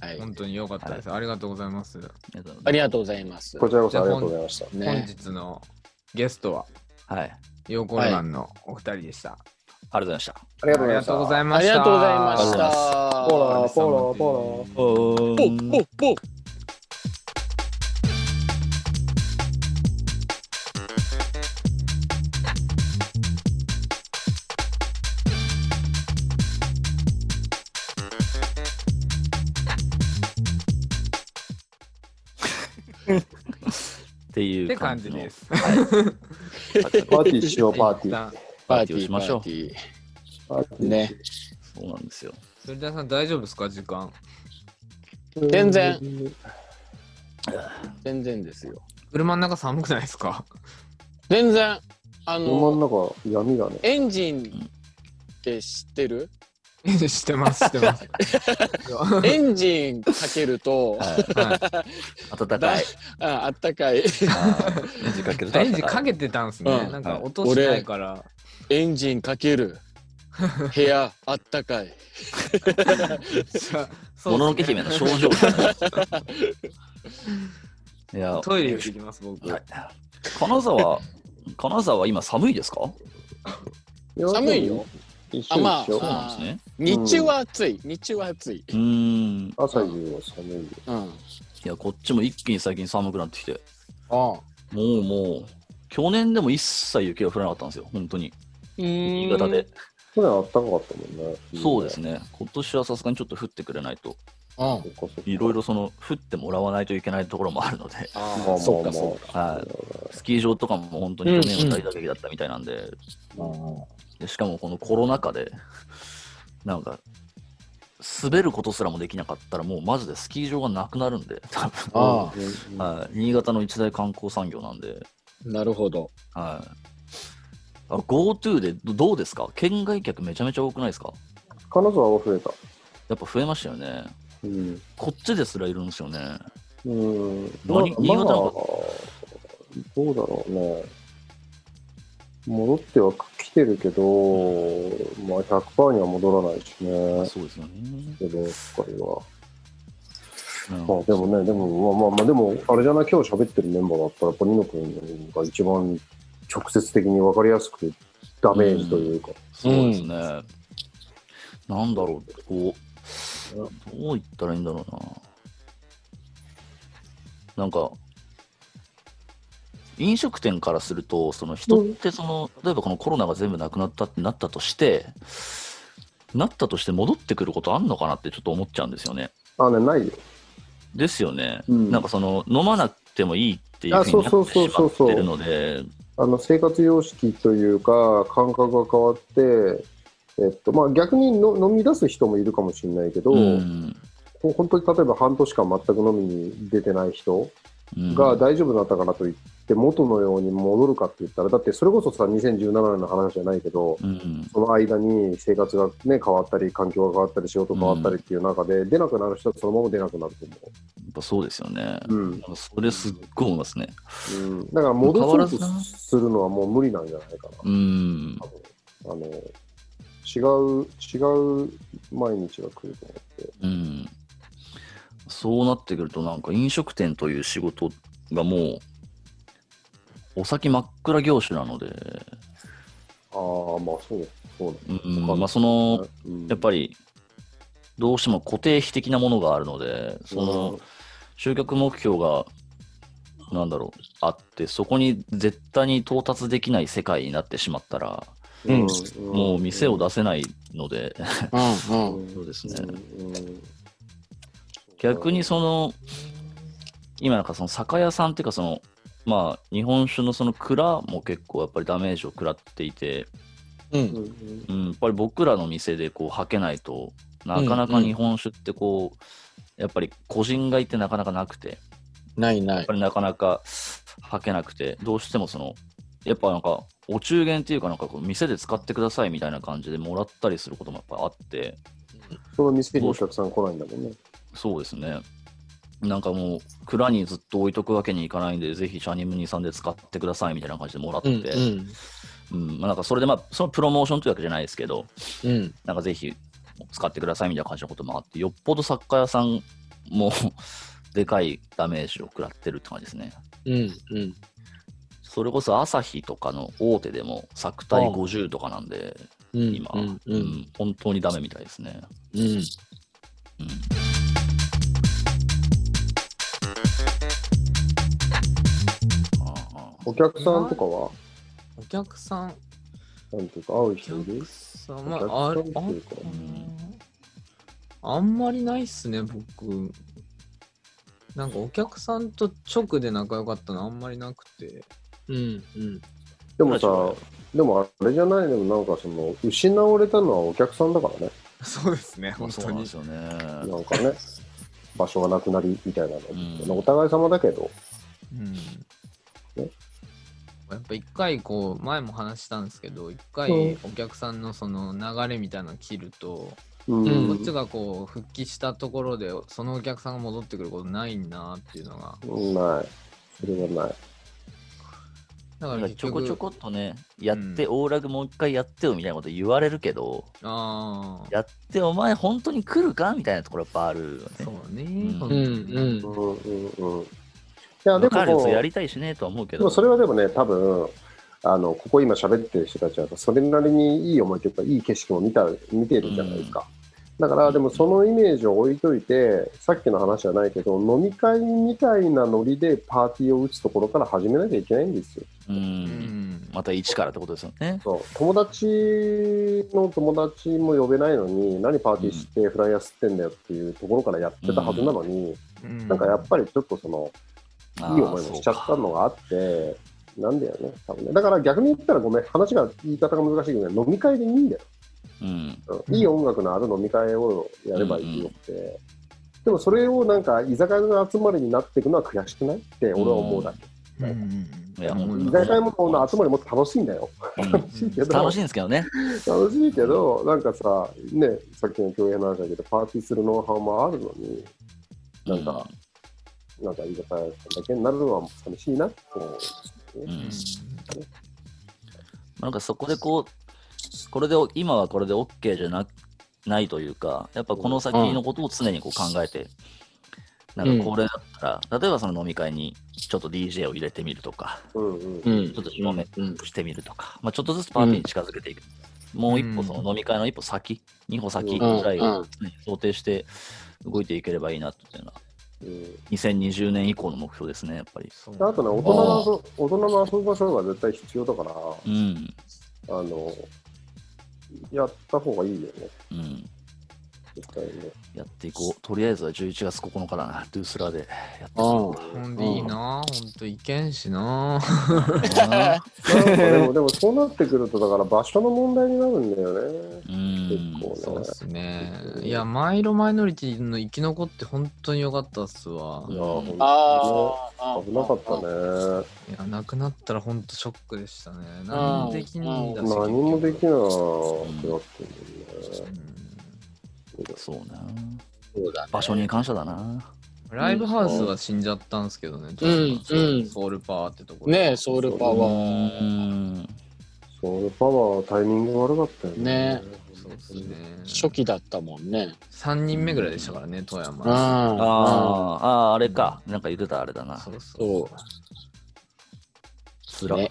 Speaker 4: はい、
Speaker 2: 本当に良かったです。ありがとうございます。
Speaker 3: ありがとうござ
Speaker 4: あ
Speaker 3: い
Speaker 4: りがとうございます。
Speaker 1: こちらこそありがとうございました。
Speaker 2: 本
Speaker 4: ね、
Speaker 2: 日のゲストは、
Speaker 3: ます。はい。あり
Speaker 2: ヨーコルマンのお二人でした。
Speaker 3: がとうございました。
Speaker 1: ありがと
Speaker 2: あ
Speaker 1: う
Speaker 2: り
Speaker 1: ございま
Speaker 2: が
Speaker 1: した。
Speaker 2: とうございま
Speaker 4: あ
Speaker 2: し
Speaker 4: り
Speaker 2: た。
Speaker 4: がとうございま
Speaker 3: あ
Speaker 4: し
Speaker 3: りが
Speaker 4: た
Speaker 3: とうござい
Speaker 1: ポ
Speaker 3: ま。
Speaker 4: ほら
Speaker 1: ロポロポロ。
Speaker 4: ポッポッポッ
Speaker 3: ってい
Speaker 2: っ
Speaker 3: う
Speaker 2: て感
Speaker 3: 感じ
Speaker 2: じ
Speaker 3: の
Speaker 2: です。
Speaker 1: パーティーしよう、パーティ
Speaker 2: 一
Speaker 1: ー。
Speaker 2: 旦
Speaker 4: パ
Speaker 3: パ
Speaker 4: ー
Speaker 3: ー
Speaker 4: テ
Speaker 3: ティ
Speaker 4: ィー
Speaker 3: ー
Speaker 4: し
Speaker 3: し
Speaker 4: ま
Speaker 3: ま
Speaker 4: し
Speaker 3: し
Speaker 4: ょ
Speaker 3: ょ
Speaker 4: う
Speaker 3: う。
Speaker 1: パーティー
Speaker 4: ね。
Speaker 3: そうなんですよ。
Speaker 2: それではさん大丈夫ですか時間。
Speaker 4: 全然。全然ですよ。
Speaker 2: 車の中寒くないですか
Speaker 4: 全然、あ
Speaker 1: 山
Speaker 4: の、
Speaker 1: の中、闇だね。
Speaker 4: エンジンって知ってる
Speaker 2: 知ってます、知ってます。は
Speaker 4: エンジンかける と、
Speaker 3: はい。
Speaker 2: い
Speaker 3: 暖かい。
Speaker 4: ああったかい。
Speaker 3: はいエンジンかけると
Speaker 2: エ
Speaker 3: 暖
Speaker 2: ンジン
Speaker 3: か
Speaker 2: か
Speaker 3: い。
Speaker 2: けてたんすね。
Speaker 4: うん
Speaker 2: なんか音しないから。
Speaker 4: エンジンかける。部屋あったかい。
Speaker 2: そう
Speaker 3: もののけ姫の症状。いや、
Speaker 2: トイレ行ってきます、僕。
Speaker 3: はい金沢、金沢今寒いですか
Speaker 4: 寒いよ。
Speaker 1: 一
Speaker 4: あ、
Speaker 1: 緒
Speaker 4: まあ
Speaker 1: 一緒。
Speaker 3: うなんですね
Speaker 4: あー日中は暑い。日中は暑い。
Speaker 3: うーん。い
Speaker 1: 朝夕は寒いよ。
Speaker 4: うん。
Speaker 3: や、こっちも一気に最近寒くなってきて、
Speaker 4: ああ。
Speaker 3: もうもう、去年でも一切雪が降らなかったんですよ、本当に。新潟で。
Speaker 1: 去年あったかかったもんね。
Speaker 3: そうですね、今年はさすがにちょっと降ってくれないと、
Speaker 4: うん
Speaker 1: そ。っかそっか。
Speaker 3: いろいろその降ってもらわないといけないところもあるので、
Speaker 1: まあ
Speaker 4: あ
Speaker 1: まあまあ。
Speaker 4: あ、そうかそうか。
Speaker 3: はいスキー場とかも本当に去年は大打撃だったみたいなんで、でしかもこのコロナ禍で、なんか、滑ることすらもできなかったら、もうマジでスキー場がなくなるんで、多分
Speaker 4: あ
Speaker 1: うん
Speaker 3: はい、新潟の一大観光産業なんで、
Speaker 4: あ、なるほど。
Speaker 3: はい。あ GoTo でどどうですか県外客めちゃめちゃ多くないですか
Speaker 1: 彼女は増えた。
Speaker 3: やっぱ増えましたよね。
Speaker 1: うん。
Speaker 3: こっちですらいるんですよね。
Speaker 1: うん。
Speaker 3: どうに新潟
Speaker 1: まあ
Speaker 3: の
Speaker 1: どうだろうね。戻っては来てるけど、まあ100%には戻らないしね。
Speaker 3: そうですよね。
Speaker 1: けど、やっぱりは。
Speaker 3: うん
Speaker 1: まあでもね、でも、まあまあまあ、でも、あれじゃない、今日喋ってるメンバーだったら、やっぱニノ君が一番直接的に分かりやすくダメージというか、
Speaker 3: そうですね。なんだろう、こう、どう言ったらいいんだろうな。なんか、飲食店からすると、その人ってその、例えばこのコロナが全部なくなったってなったとして、なったとして戻ってくることあんのかなってちょっと思っちゃうんですよね。
Speaker 1: あ、ね、ないよ。
Speaker 3: ですよね。
Speaker 1: うん
Speaker 3: なんかその、飲まなくてもいいっていう
Speaker 1: あ
Speaker 3: ふうにな
Speaker 1: そう
Speaker 3: っ
Speaker 1: そ
Speaker 3: て
Speaker 1: うそうそ
Speaker 3: しま
Speaker 1: う
Speaker 3: っ
Speaker 1: そう
Speaker 3: てるので、
Speaker 1: あの生活様式というか、感覚が変わって、えっとまあ、逆にの飲み出す人もいるかもしれないけど、
Speaker 3: うん
Speaker 1: ほ本当に例えば半年間全く飲みに出てない人
Speaker 3: うん
Speaker 1: が大丈夫だったからといって、元のように戻るかって言ったら、だってそれこそさ、2017年の話じゃないけど、
Speaker 3: うん
Speaker 1: その間に生活が、ね、変わったり、環境が変わったり、仕事変わったりっていう中で、出なくなる人はそのまま出なくなると思
Speaker 3: やっぱそうですよね。
Speaker 1: う。うん
Speaker 3: なんかそれすっごい思いますね。
Speaker 1: うん、だから戻そう
Speaker 3: 変わら
Speaker 1: と
Speaker 3: ず
Speaker 1: するのはもう無理なんじゃないか
Speaker 3: うーん
Speaker 1: な、。多分あの違う、違う毎日が来ると思って。
Speaker 3: うん。そうなってくると、なんか飲食店という仕事がもう、お先真っ暗業種なので、
Speaker 1: ああ、まあそうそう
Speaker 3: うん
Speaker 1: 他の
Speaker 3: まあ、そ
Speaker 1: だ
Speaker 3: の
Speaker 1: ね、。うん
Speaker 3: やっぱり、どうしても固定費的なものがあるので、その、集客目標が、なんだろう、あって、そこに絶対に到達できない世界になってしまったら、
Speaker 1: うん
Speaker 3: もう店を出せないので、
Speaker 4: うんうん。
Speaker 3: そうですね
Speaker 1: うんうん
Speaker 3: 逆にその今なんかその酒屋さんっていうかそのまあ日本酒のその蔵も結構やっぱりダメージを食らっていて、
Speaker 1: う
Speaker 4: う。
Speaker 1: んん
Speaker 3: うん、やっぱり僕らの店でこう履けないとなかなか日本酒ってこう、やっぱり個人買いってなかなかなくて、や
Speaker 4: ないな
Speaker 3: っ
Speaker 4: い
Speaker 3: ぱ。りなかなか履けなくて、どうしてもその、やっぱなんか、お中元っていうか、なんかこう店で使ってくださいみたいな感じでもらったりすることもやっぱあって、
Speaker 1: その店にお客さん来ないんだもんね。
Speaker 3: そうですね。なんかもう、蔵にずっと置いとくわけにいかないんで、ぜひシャニムニさんで使ってくださいみたいな感じでもらって、
Speaker 4: う
Speaker 3: うんんまあ、なんかそれでまあ、そのプロモーションというわけじゃないですけど、
Speaker 4: うんうん
Speaker 3: なんかぜひ使ってくださいみたいな感じのこともあって、よっぽど作家屋さんも でかいダメージを食らってるって感じですね。
Speaker 4: うんうん。
Speaker 3: それこそ朝日とかの大手でも作体
Speaker 4: うん
Speaker 3: 50とかなんで、
Speaker 4: うん
Speaker 3: 今、
Speaker 4: うん
Speaker 3: う
Speaker 4: うん
Speaker 3: ん本当にダメみたいですね。
Speaker 4: うん。
Speaker 3: うんああ
Speaker 1: お客さんとかは、
Speaker 2: お客さん、
Speaker 1: なんていうか、会う
Speaker 2: お
Speaker 1: 人いる
Speaker 2: 客さん、まあ、あ
Speaker 1: お
Speaker 2: る
Speaker 1: 客さ
Speaker 2: あ
Speaker 1: んっていうか
Speaker 2: あんまりないっすね、僕。なんかお客さんと直で仲良かったのあんまりなくて。
Speaker 4: うんうん。
Speaker 1: でもさ、でもあれじゃない、でもなんかその、失われたのはお客さんだからね。
Speaker 2: そうですね、
Speaker 3: ま
Speaker 2: 本
Speaker 3: あそう
Speaker 2: 当
Speaker 3: なん
Speaker 2: に
Speaker 3: で。すよね。
Speaker 1: なんかね、場所がなくなりみたいなの。
Speaker 3: うん
Speaker 1: お互い様だけど、
Speaker 2: うん
Speaker 1: え
Speaker 2: やっぱ一回こう前も話したんですけど一回
Speaker 1: うん
Speaker 2: お客さんのその流れみたいなの切ると、
Speaker 1: うん
Speaker 4: うん
Speaker 2: こっちがこう復帰したところでそのお客さんが戻ってくることないなっていうのが
Speaker 1: ない。それはない。
Speaker 2: だか
Speaker 3: な
Speaker 2: ら
Speaker 3: んか
Speaker 2: 結
Speaker 3: ちょこ
Speaker 2: 局
Speaker 3: ちょこっとね、やって、
Speaker 2: う
Speaker 3: オーラグもう一回やってよみたいなこと言われるけど、
Speaker 2: ああ
Speaker 3: やって、お前本当に来るかみたいなところやっぱあるよね。
Speaker 2: そうね、
Speaker 3: ん
Speaker 2: 本
Speaker 4: う
Speaker 2: 当に
Speaker 4: ん
Speaker 1: うんうんうん。いや、で
Speaker 3: わかる
Speaker 1: も
Speaker 3: よ、、やりたいしねとは思うけ
Speaker 1: で
Speaker 3: ど。
Speaker 1: もそれはでもね、多分あのここ今喋ってる人たちは、それなりにいい思いというか、いい景色も見た見ているじゃないですか。だから、でもそのイメージを置いといて、さっきの話じゃないけど、飲み会みたいなノリでパーティーを打つところから始めなきゃいけないんですよ。
Speaker 3: う。
Speaker 2: うんん
Speaker 3: また一からってことですよね。
Speaker 1: そう友達の友達も呼べないのに、何パーティーしてフライヤー吸ってんだよっていうところからやってたはずなのに、
Speaker 2: うん
Speaker 1: なんかやっぱりちょっとその、
Speaker 3: いい
Speaker 1: いい思いもしちゃったのがあって、なんだよね、多分ね。だから逆に言ったらごめん、話が、言い方が難しいけど、飲み会でいいんだよ。
Speaker 3: うん。
Speaker 1: うんいい音楽のある飲み会をやればいいよって。でもそれをなんか、居酒屋の集まりになっていくのは悔しくないって俺は思うだけ。
Speaker 2: うんうんうん
Speaker 3: いや
Speaker 2: 思
Speaker 3: う
Speaker 1: 居
Speaker 2: い
Speaker 3: ん
Speaker 2: ます
Speaker 1: 酒屋もこの集まりもっと楽しいんだよ。
Speaker 3: うん
Speaker 1: 楽しいけど、
Speaker 3: 楽しいんですけどね。
Speaker 1: 楽しいけど、なんかさ、ね、さっきの共演の話だけど、パーティーするノウハウもあるのに、なんか、なんか居酒屋だけになるのは寂しいなって思う。
Speaker 3: うん、うん
Speaker 2: う
Speaker 3: なんかそこでこう、これで、今はこれで OK じゃなないというか、やっぱこの先のことを常にこう考えて、
Speaker 4: ん
Speaker 3: なんかこれだったら、例えばその飲み会にちょっと DJ を入れてみるとか、
Speaker 1: うんうん
Speaker 4: うん。
Speaker 3: ちょっと照明
Speaker 4: うん
Speaker 3: してみるとか、まあ、ちょっとずつパーティーに近づけていく。もう一歩、
Speaker 2: うん
Speaker 3: その飲み会の一歩先、二歩先
Speaker 1: うん
Speaker 3: ぐらい
Speaker 4: うん
Speaker 3: を常に想定して動いていければいいなっていうのは、
Speaker 1: うん
Speaker 3: 2020年以降の目標ですね、やっぱり。
Speaker 2: そ
Speaker 1: あとね、大人の遊大人の遊ぶ場所が絶対必要だから、
Speaker 3: うん。
Speaker 1: あの、やった方がいいよね、
Speaker 3: うん。
Speaker 1: 絶対ね。
Speaker 3: やっていこう。とりあえずは11月9日だな、ドゥースラーでやって
Speaker 4: うん
Speaker 2: ほんでいいな、ほんといけんしな。
Speaker 3: いこうかな。
Speaker 1: なんかでも、でもそうなってくると、だから場所の問題になるんだよね。
Speaker 3: うん。
Speaker 1: 結構ね
Speaker 2: そうっすね。いや、マイロマイノリティの生き残って本当に良かったっすわ
Speaker 3: う。ん
Speaker 1: いや、ほんとに
Speaker 4: ああ。
Speaker 1: 危なかったね。。
Speaker 2: いや、なくなったら本当ショックでしたね。何もできないんだし。
Speaker 1: 何もできないってなって
Speaker 2: 結
Speaker 1: る
Speaker 2: 局
Speaker 1: んだよね。
Speaker 3: そうね。
Speaker 4: そうだね。
Speaker 3: 場所に感謝だな。
Speaker 2: うんライブハウスは死んじゃったんですけどね。ちょっと
Speaker 4: うん
Speaker 2: ソウルパワーってところ。
Speaker 4: ねえ、ソウルパ
Speaker 1: う
Speaker 4: ワー。
Speaker 3: ん。
Speaker 1: そういうパワー、タイミング悪かったよね
Speaker 4: ね。
Speaker 2: そうっすね。
Speaker 4: 初期だったもんね。
Speaker 2: 3人目ぐらいでしたからね、富山。
Speaker 3: あー
Speaker 4: ああ。
Speaker 3: あー、あれか。なんか言ってたあれだな。
Speaker 2: そうそうそう。
Speaker 3: つら。
Speaker 4: ね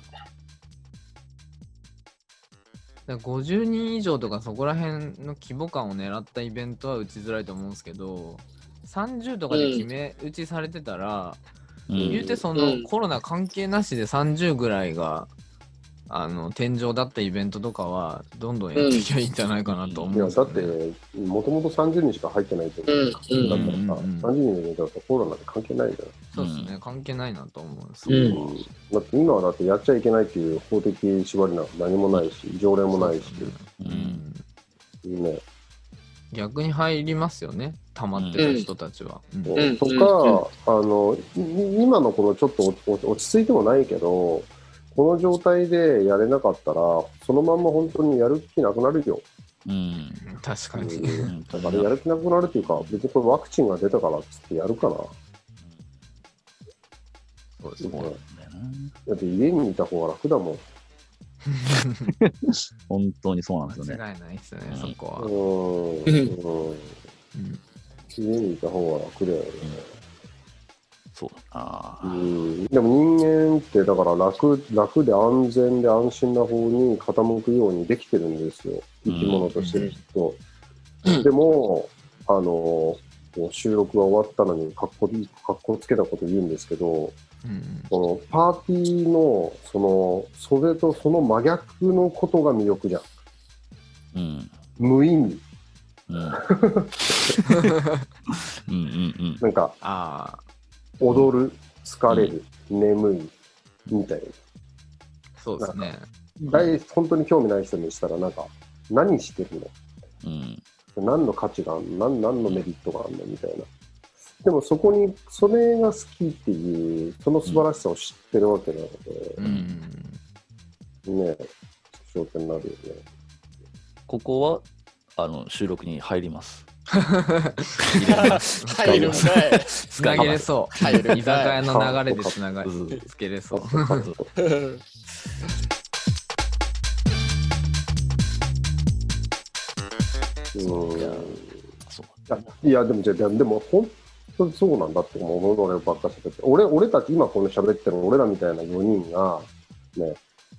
Speaker 2: だから50人以上とかそこら辺の規模感を狙ったイベントは打ちづらいと思うんですけど30とかで決め打ちされてたら、
Speaker 3: うん
Speaker 2: 言うてそうの
Speaker 4: ん
Speaker 2: コロナ関係なしで30ぐらいがあの天井だったイベントとかはどんどんやっていきゃいいんじゃないかなと思
Speaker 1: いうや、
Speaker 2: んです
Speaker 1: だ
Speaker 2: よ
Speaker 1: っ
Speaker 2: ね、
Speaker 1: て、もともと30人しか入ってないと思う。
Speaker 4: うんうん
Speaker 1: だからさ、30人のイベントだとコロナって関係ないじゃん。
Speaker 2: そうですね関係ないなと思うんです
Speaker 4: う
Speaker 2: よ
Speaker 4: ん
Speaker 1: だって今はだってやっちゃいけないっていう法的縛りなんか何もないし、条例もないし、
Speaker 2: そうですよね
Speaker 3: うん
Speaker 1: ね、
Speaker 2: 逆に入りますよね溜まってた人たちは、うん
Speaker 4: ん
Speaker 1: とか、あのい今のこのちょっと落落ち着いてもないけどこの状態でやれなかったらそのまんま本当にやる気なくなるよ。
Speaker 3: うん。
Speaker 2: 確か
Speaker 1: う
Speaker 2: に、
Speaker 1: ん
Speaker 3: うんだ
Speaker 1: あ
Speaker 3: か
Speaker 1: れや
Speaker 3: ら
Speaker 1: る気なくなるというか別にこれワクチンが出たからっつってやるかな。
Speaker 2: そうです
Speaker 1: う
Speaker 2: ね
Speaker 1: ん
Speaker 3: だよね
Speaker 1: だって家にいた方が楽だもん。
Speaker 3: 本当にそうなんですよね。
Speaker 2: 間違いないですよね、
Speaker 3: うん
Speaker 2: そこは、
Speaker 1: う
Speaker 2: うん
Speaker 1: ーん。うん
Speaker 2: うん
Speaker 1: 家にいた方が楽だよね。
Speaker 3: そうだな。
Speaker 1: うん。でも人間ってだから楽、楽で安全で安心な方に傾くようにできてるんですよ。生き物としてきっと。
Speaker 4: うん
Speaker 1: でも、あの、こう収録が終わったのにかっこいい、かっこつけたこと言うんですけど、
Speaker 2: うん
Speaker 1: このパーティーの、その、それとその真逆のことが魅力じゃん。
Speaker 3: うん。
Speaker 1: 無意味。
Speaker 3: うん。 うんうんうん。
Speaker 1: なんか、
Speaker 2: ああ
Speaker 1: 踊る、疲れる、眠い、みたい
Speaker 2: そうですね
Speaker 1: な。大本当に興味ない人にしたら、なんか、何してる
Speaker 3: うん。
Speaker 1: の何の価値があんの何何のメリットがあんのみたいな。でもそこに、それが好きっていう、その素晴らしさを知ってるわけなの
Speaker 2: う
Speaker 1: で、
Speaker 2: ん
Speaker 1: ねえ、焦点になるよね。
Speaker 3: ここは、あの、収録に入ります。
Speaker 4: 入るんかい。
Speaker 2: つなげれそう
Speaker 4: 入るん
Speaker 2: 居酒
Speaker 4: か
Speaker 2: 屋
Speaker 4: い。
Speaker 2: の流れでつなが
Speaker 3: うん
Speaker 2: つけれそう
Speaker 1: うん
Speaker 3: そう
Speaker 1: いやいやでもじゃあでも本当にそうなんだって思う俺ばっか喋って俺俺たち今この喋ってる俺らみたいな4人が、ね、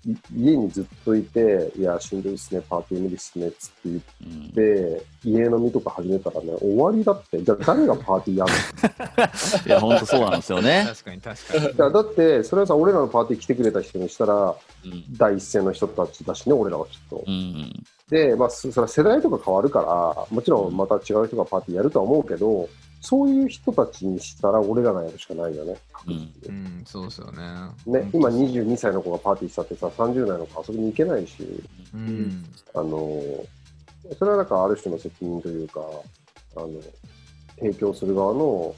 Speaker 1: い家にずっといていやしんどいっすねパーティー無理っすねっつって言っ
Speaker 3: うん
Speaker 1: て家飲みとか始めたらね終わりだってじゃあ誰がパーティーやる
Speaker 3: いや、本当そうなんですよ ね。
Speaker 2: 確かに確かに
Speaker 1: のいやだってそれはさ俺らのパーティー来てくれた人にしたら
Speaker 3: うん。
Speaker 1: 第一線の人たちだしね俺らはきっと
Speaker 3: う。ん。
Speaker 1: で、まあ、そそれは世代とか変わるからもちろんまた違う人がパーティーやるとは思うけどそういう人たちにしたら俺らがやるしかないよね。
Speaker 3: うん。
Speaker 2: うんそうですよね
Speaker 1: ね、今22歳の子がパーティーしたってさ30代の子遊びに行けないし、
Speaker 2: うん
Speaker 1: あのーそれはなんかある種の責任というかあの提供する側の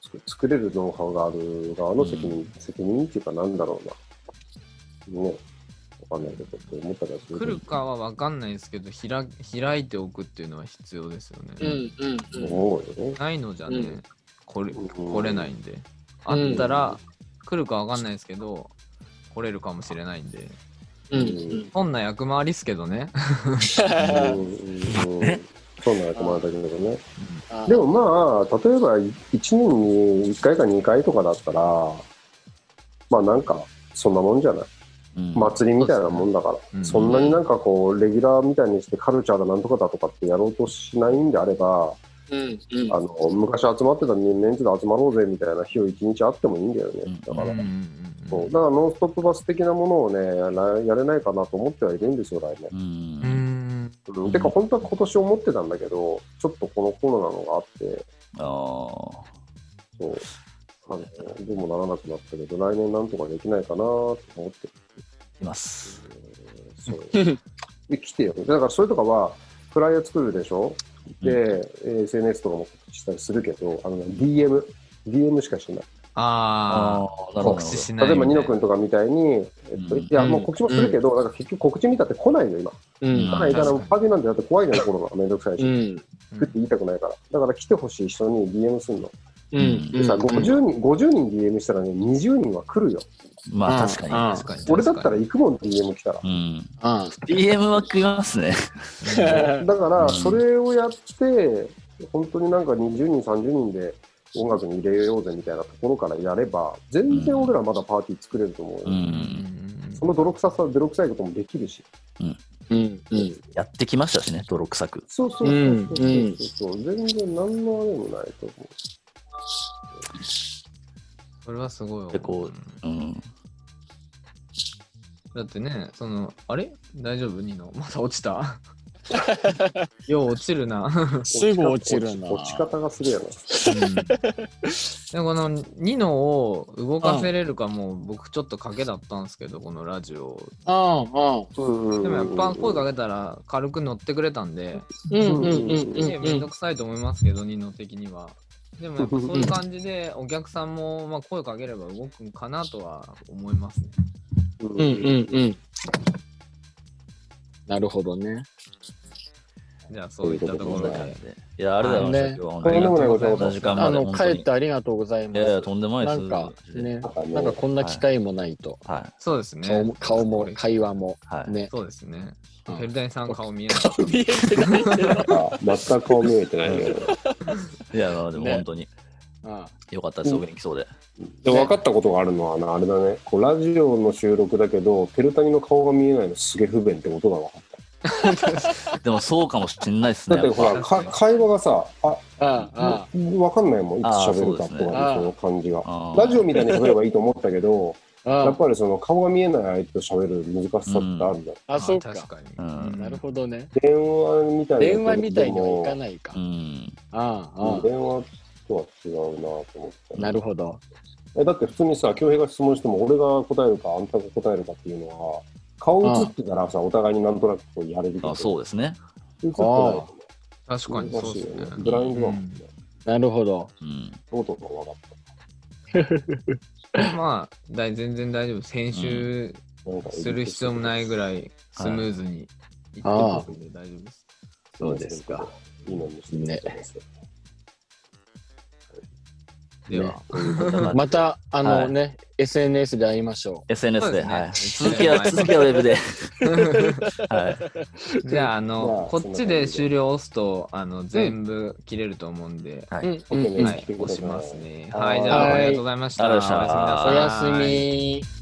Speaker 1: つく作れるノウハウがある側の責任、
Speaker 3: うん
Speaker 1: 責任っていうかなんだろうなねわかんないけどって思ったりはする
Speaker 2: 来るかは分かんないですけど開開いておくっていうのは必要ですよね、
Speaker 4: うんうん
Speaker 1: と思うよね。
Speaker 2: ないのじゃね、
Speaker 4: うん
Speaker 2: これ
Speaker 1: うん
Speaker 2: 来れないんであったら来るか分かんないですけど来れるかもしれないんで
Speaker 4: うんうん。
Speaker 2: そんな役回りっすけどね
Speaker 1: うんうんうんそんな役回りだけどね。
Speaker 4: あ
Speaker 1: でもまあ、例えば1年に1回か2回とかだったら、まあなんか、そんなもんじゃない。
Speaker 3: うん
Speaker 1: 祭りみたいなもんだから。そ
Speaker 2: うん
Speaker 1: んなになんかこう、レギュラーみたいにしてカルチャーだなんとかだとかってやろうとしないんであれば、
Speaker 4: うんうん
Speaker 1: あの、昔集まってたメンツで集まろうぜみたいな日を1日あってもいいんだよね。だか
Speaker 2: うん
Speaker 1: ら
Speaker 2: うん。
Speaker 1: そうだからノンストップバス的なものをね、来やれないかなと思ってはいるんですよ、来年。
Speaker 3: う。
Speaker 2: うんうんん
Speaker 1: うん、てか本当は今年思ってたんだけど、ちょっとこのコロナのがあって、
Speaker 3: ああ。
Speaker 1: そう。あのどうもならなくなったけど、来年なんとかできないかなと思ってる。
Speaker 3: います。
Speaker 1: そう。で、来てよ。だからそれとかは、フライヤー作るでしょで、えー SNS とかも告知したりするけど、あの、DM、DM しかしてない。
Speaker 2: ああ
Speaker 3: あ、なるほど
Speaker 2: 告知しない
Speaker 1: 例えば、ニノ
Speaker 2: く
Speaker 1: 君とかみたいに、えっと、
Speaker 3: うん
Speaker 1: いや、もう告知もするけど、なんか結局告知見たって来ないよ、今。
Speaker 4: うん
Speaker 1: 来ないから、
Speaker 2: 確かに
Speaker 1: パーティーなんてだって怖いじゃん、コロナ。めんどくさいし。
Speaker 4: うん
Speaker 1: 食って言いたくないから。だから来てほしい人に DM すんの。
Speaker 4: うん
Speaker 1: でさ、50
Speaker 4: うん
Speaker 1: 人、50人 DM したらね、20人は来るよ。
Speaker 3: まあ、確か
Speaker 2: 確かに
Speaker 1: 俺だったら行くもん、DM 来たら。
Speaker 3: に。うん。
Speaker 4: あ
Speaker 3: DM は食いますね。
Speaker 1: だから、
Speaker 3: うん
Speaker 1: それをやって、本当になんか20人、30人で音楽に入れようぜみたいなところからやれば、全然俺らまだパーティー作れると思うよ。
Speaker 3: う
Speaker 2: うん
Speaker 3: ん。
Speaker 1: その泥臭さ、泥臭いこともできるし。
Speaker 4: うんうん
Speaker 3: やってきましたしね、泥臭く。
Speaker 1: そうそうそうそうそう、全然何のあれもないと思う。
Speaker 2: それはすごいわ
Speaker 3: でこううん。
Speaker 2: だってねそのあれ大丈夫ニノ まだ落 ちたよう落ちるな、
Speaker 4: すぐ落ちるな
Speaker 1: 落ち方がするやな。
Speaker 2: うんでもこのニノを動かせれるかもう僕ちょっと賭けだったんですけど、このラジオ。
Speaker 4: ああ、
Speaker 1: うん
Speaker 2: でもやっぱ声
Speaker 1: が
Speaker 2: かけたら軽く乗ってくれたんで、
Speaker 4: うんうんうんう
Speaker 2: ねめん
Speaker 4: んう
Speaker 2: ど
Speaker 4: ん。
Speaker 2: くさいと思いますけど、ニノ的には。でもやっぱそういう感じ でお客さんもまあ声かければ動くんかなとは思いますね。
Speaker 4: うんうんうん。なるほどね。
Speaker 2: じゃあそういったところで。
Speaker 3: いや、ありがとうございました。
Speaker 4: ね
Speaker 3: 今日は本
Speaker 1: とんでもないこと
Speaker 3: こ
Speaker 1: で
Speaker 3: んな時間ま
Speaker 4: あ
Speaker 3: で
Speaker 4: の
Speaker 3: 本当に。
Speaker 4: 帰ってありがとうござい
Speaker 3: い
Speaker 4: ま
Speaker 3: やいや、
Speaker 4: す。
Speaker 3: とんでもないです。
Speaker 4: なんかね、な
Speaker 1: なんん
Speaker 4: か
Speaker 1: か
Speaker 4: こんな機会もないと、
Speaker 3: は
Speaker 2: そうですね。
Speaker 4: 顔も顔も会話も
Speaker 3: はい
Speaker 4: ね。
Speaker 2: そうですね。
Speaker 4: うん
Speaker 2: フェルダイさん顔見えなかっ
Speaker 3: い。
Speaker 1: 全く顔見えてないけど。
Speaker 3: いや、まあでも
Speaker 4: ね
Speaker 3: 本当に
Speaker 4: あ
Speaker 3: よかったです。お元気そうで。
Speaker 1: で分かったことがあるのはな、あれだね。こうラジオの収録だけど、ペルタニの顔が見えないのすげえ不便ってことが分かっ
Speaker 3: でもそうかもしんないです
Speaker 1: た。
Speaker 3: ね。
Speaker 1: だってほら、か会話がさ、あ、
Speaker 4: ああ
Speaker 1: 分かんないもん。いつ喋るかとかで、そ
Speaker 4: あーそう
Speaker 1: の感じが。
Speaker 3: あー
Speaker 1: ラジオみたいに喋ればいいと思ったけど、
Speaker 4: ああ
Speaker 1: やっぱりその顔が見えない相手と喋る難しさってあるんだよ。
Speaker 4: あ
Speaker 2: た。
Speaker 4: あそう
Speaker 2: 確
Speaker 4: か。
Speaker 2: かに。
Speaker 3: うん
Speaker 2: うん
Speaker 4: なるほどね。
Speaker 1: 電話みたいな。
Speaker 4: 電話みたいにはいかないか
Speaker 3: う。ん。
Speaker 4: あああ
Speaker 1: 電話とは違うなと思って。
Speaker 4: あなるほど。
Speaker 1: えだって普通にさ、恭平が質問しても、俺が答えるか、あんたが答えるかっていうのは、顔映ってたらさ、お互いになんとなくこうやれるけど
Speaker 3: あそうですね。
Speaker 1: 映ってないと
Speaker 2: 確かにそう
Speaker 1: 難し
Speaker 2: で
Speaker 1: い
Speaker 2: す
Speaker 1: よ
Speaker 2: ね
Speaker 1: ね。。ブラインドだもんね。
Speaker 4: なるほど。
Speaker 3: うん。
Speaker 1: どうとか分かっ
Speaker 2: まあ、だい全然大丈夫です。編集
Speaker 1: た。なんか
Speaker 2: する必要もないぐらいスムーズにいってますんで大丈夫です。
Speaker 4: そうですか。。
Speaker 1: いいのにしてる
Speaker 4: ね
Speaker 2: では、
Speaker 4: また、あの
Speaker 3: はい
Speaker 4: ね、SNS で会いましょ
Speaker 3: SNS
Speaker 2: そう
Speaker 3: で、
Speaker 2: ですね
Speaker 3: はい。続きは、続きはウェ ブで。はい。
Speaker 2: じゃあ、あの
Speaker 1: ま、あ
Speaker 2: こっちで終了を押すと、あの、全部切れると思うんで、
Speaker 3: は
Speaker 4: う。う
Speaker 3: い。
Speaker 4: ん
Speaker 1: オッケー
Speaker 4: うん
Speaker 1: で
Speaker 2: はい
Speaker 1: す、
Speaker 2: 押しますね。は
Speaker 1: はい
Speaker 2: い、じゃあ、ありがとうございました。
Speaker 3: ありがとうございました
Speaker 2: おやすみな
Speaker 4: お
Speaker 2: さい
Speaker 4: やすみ。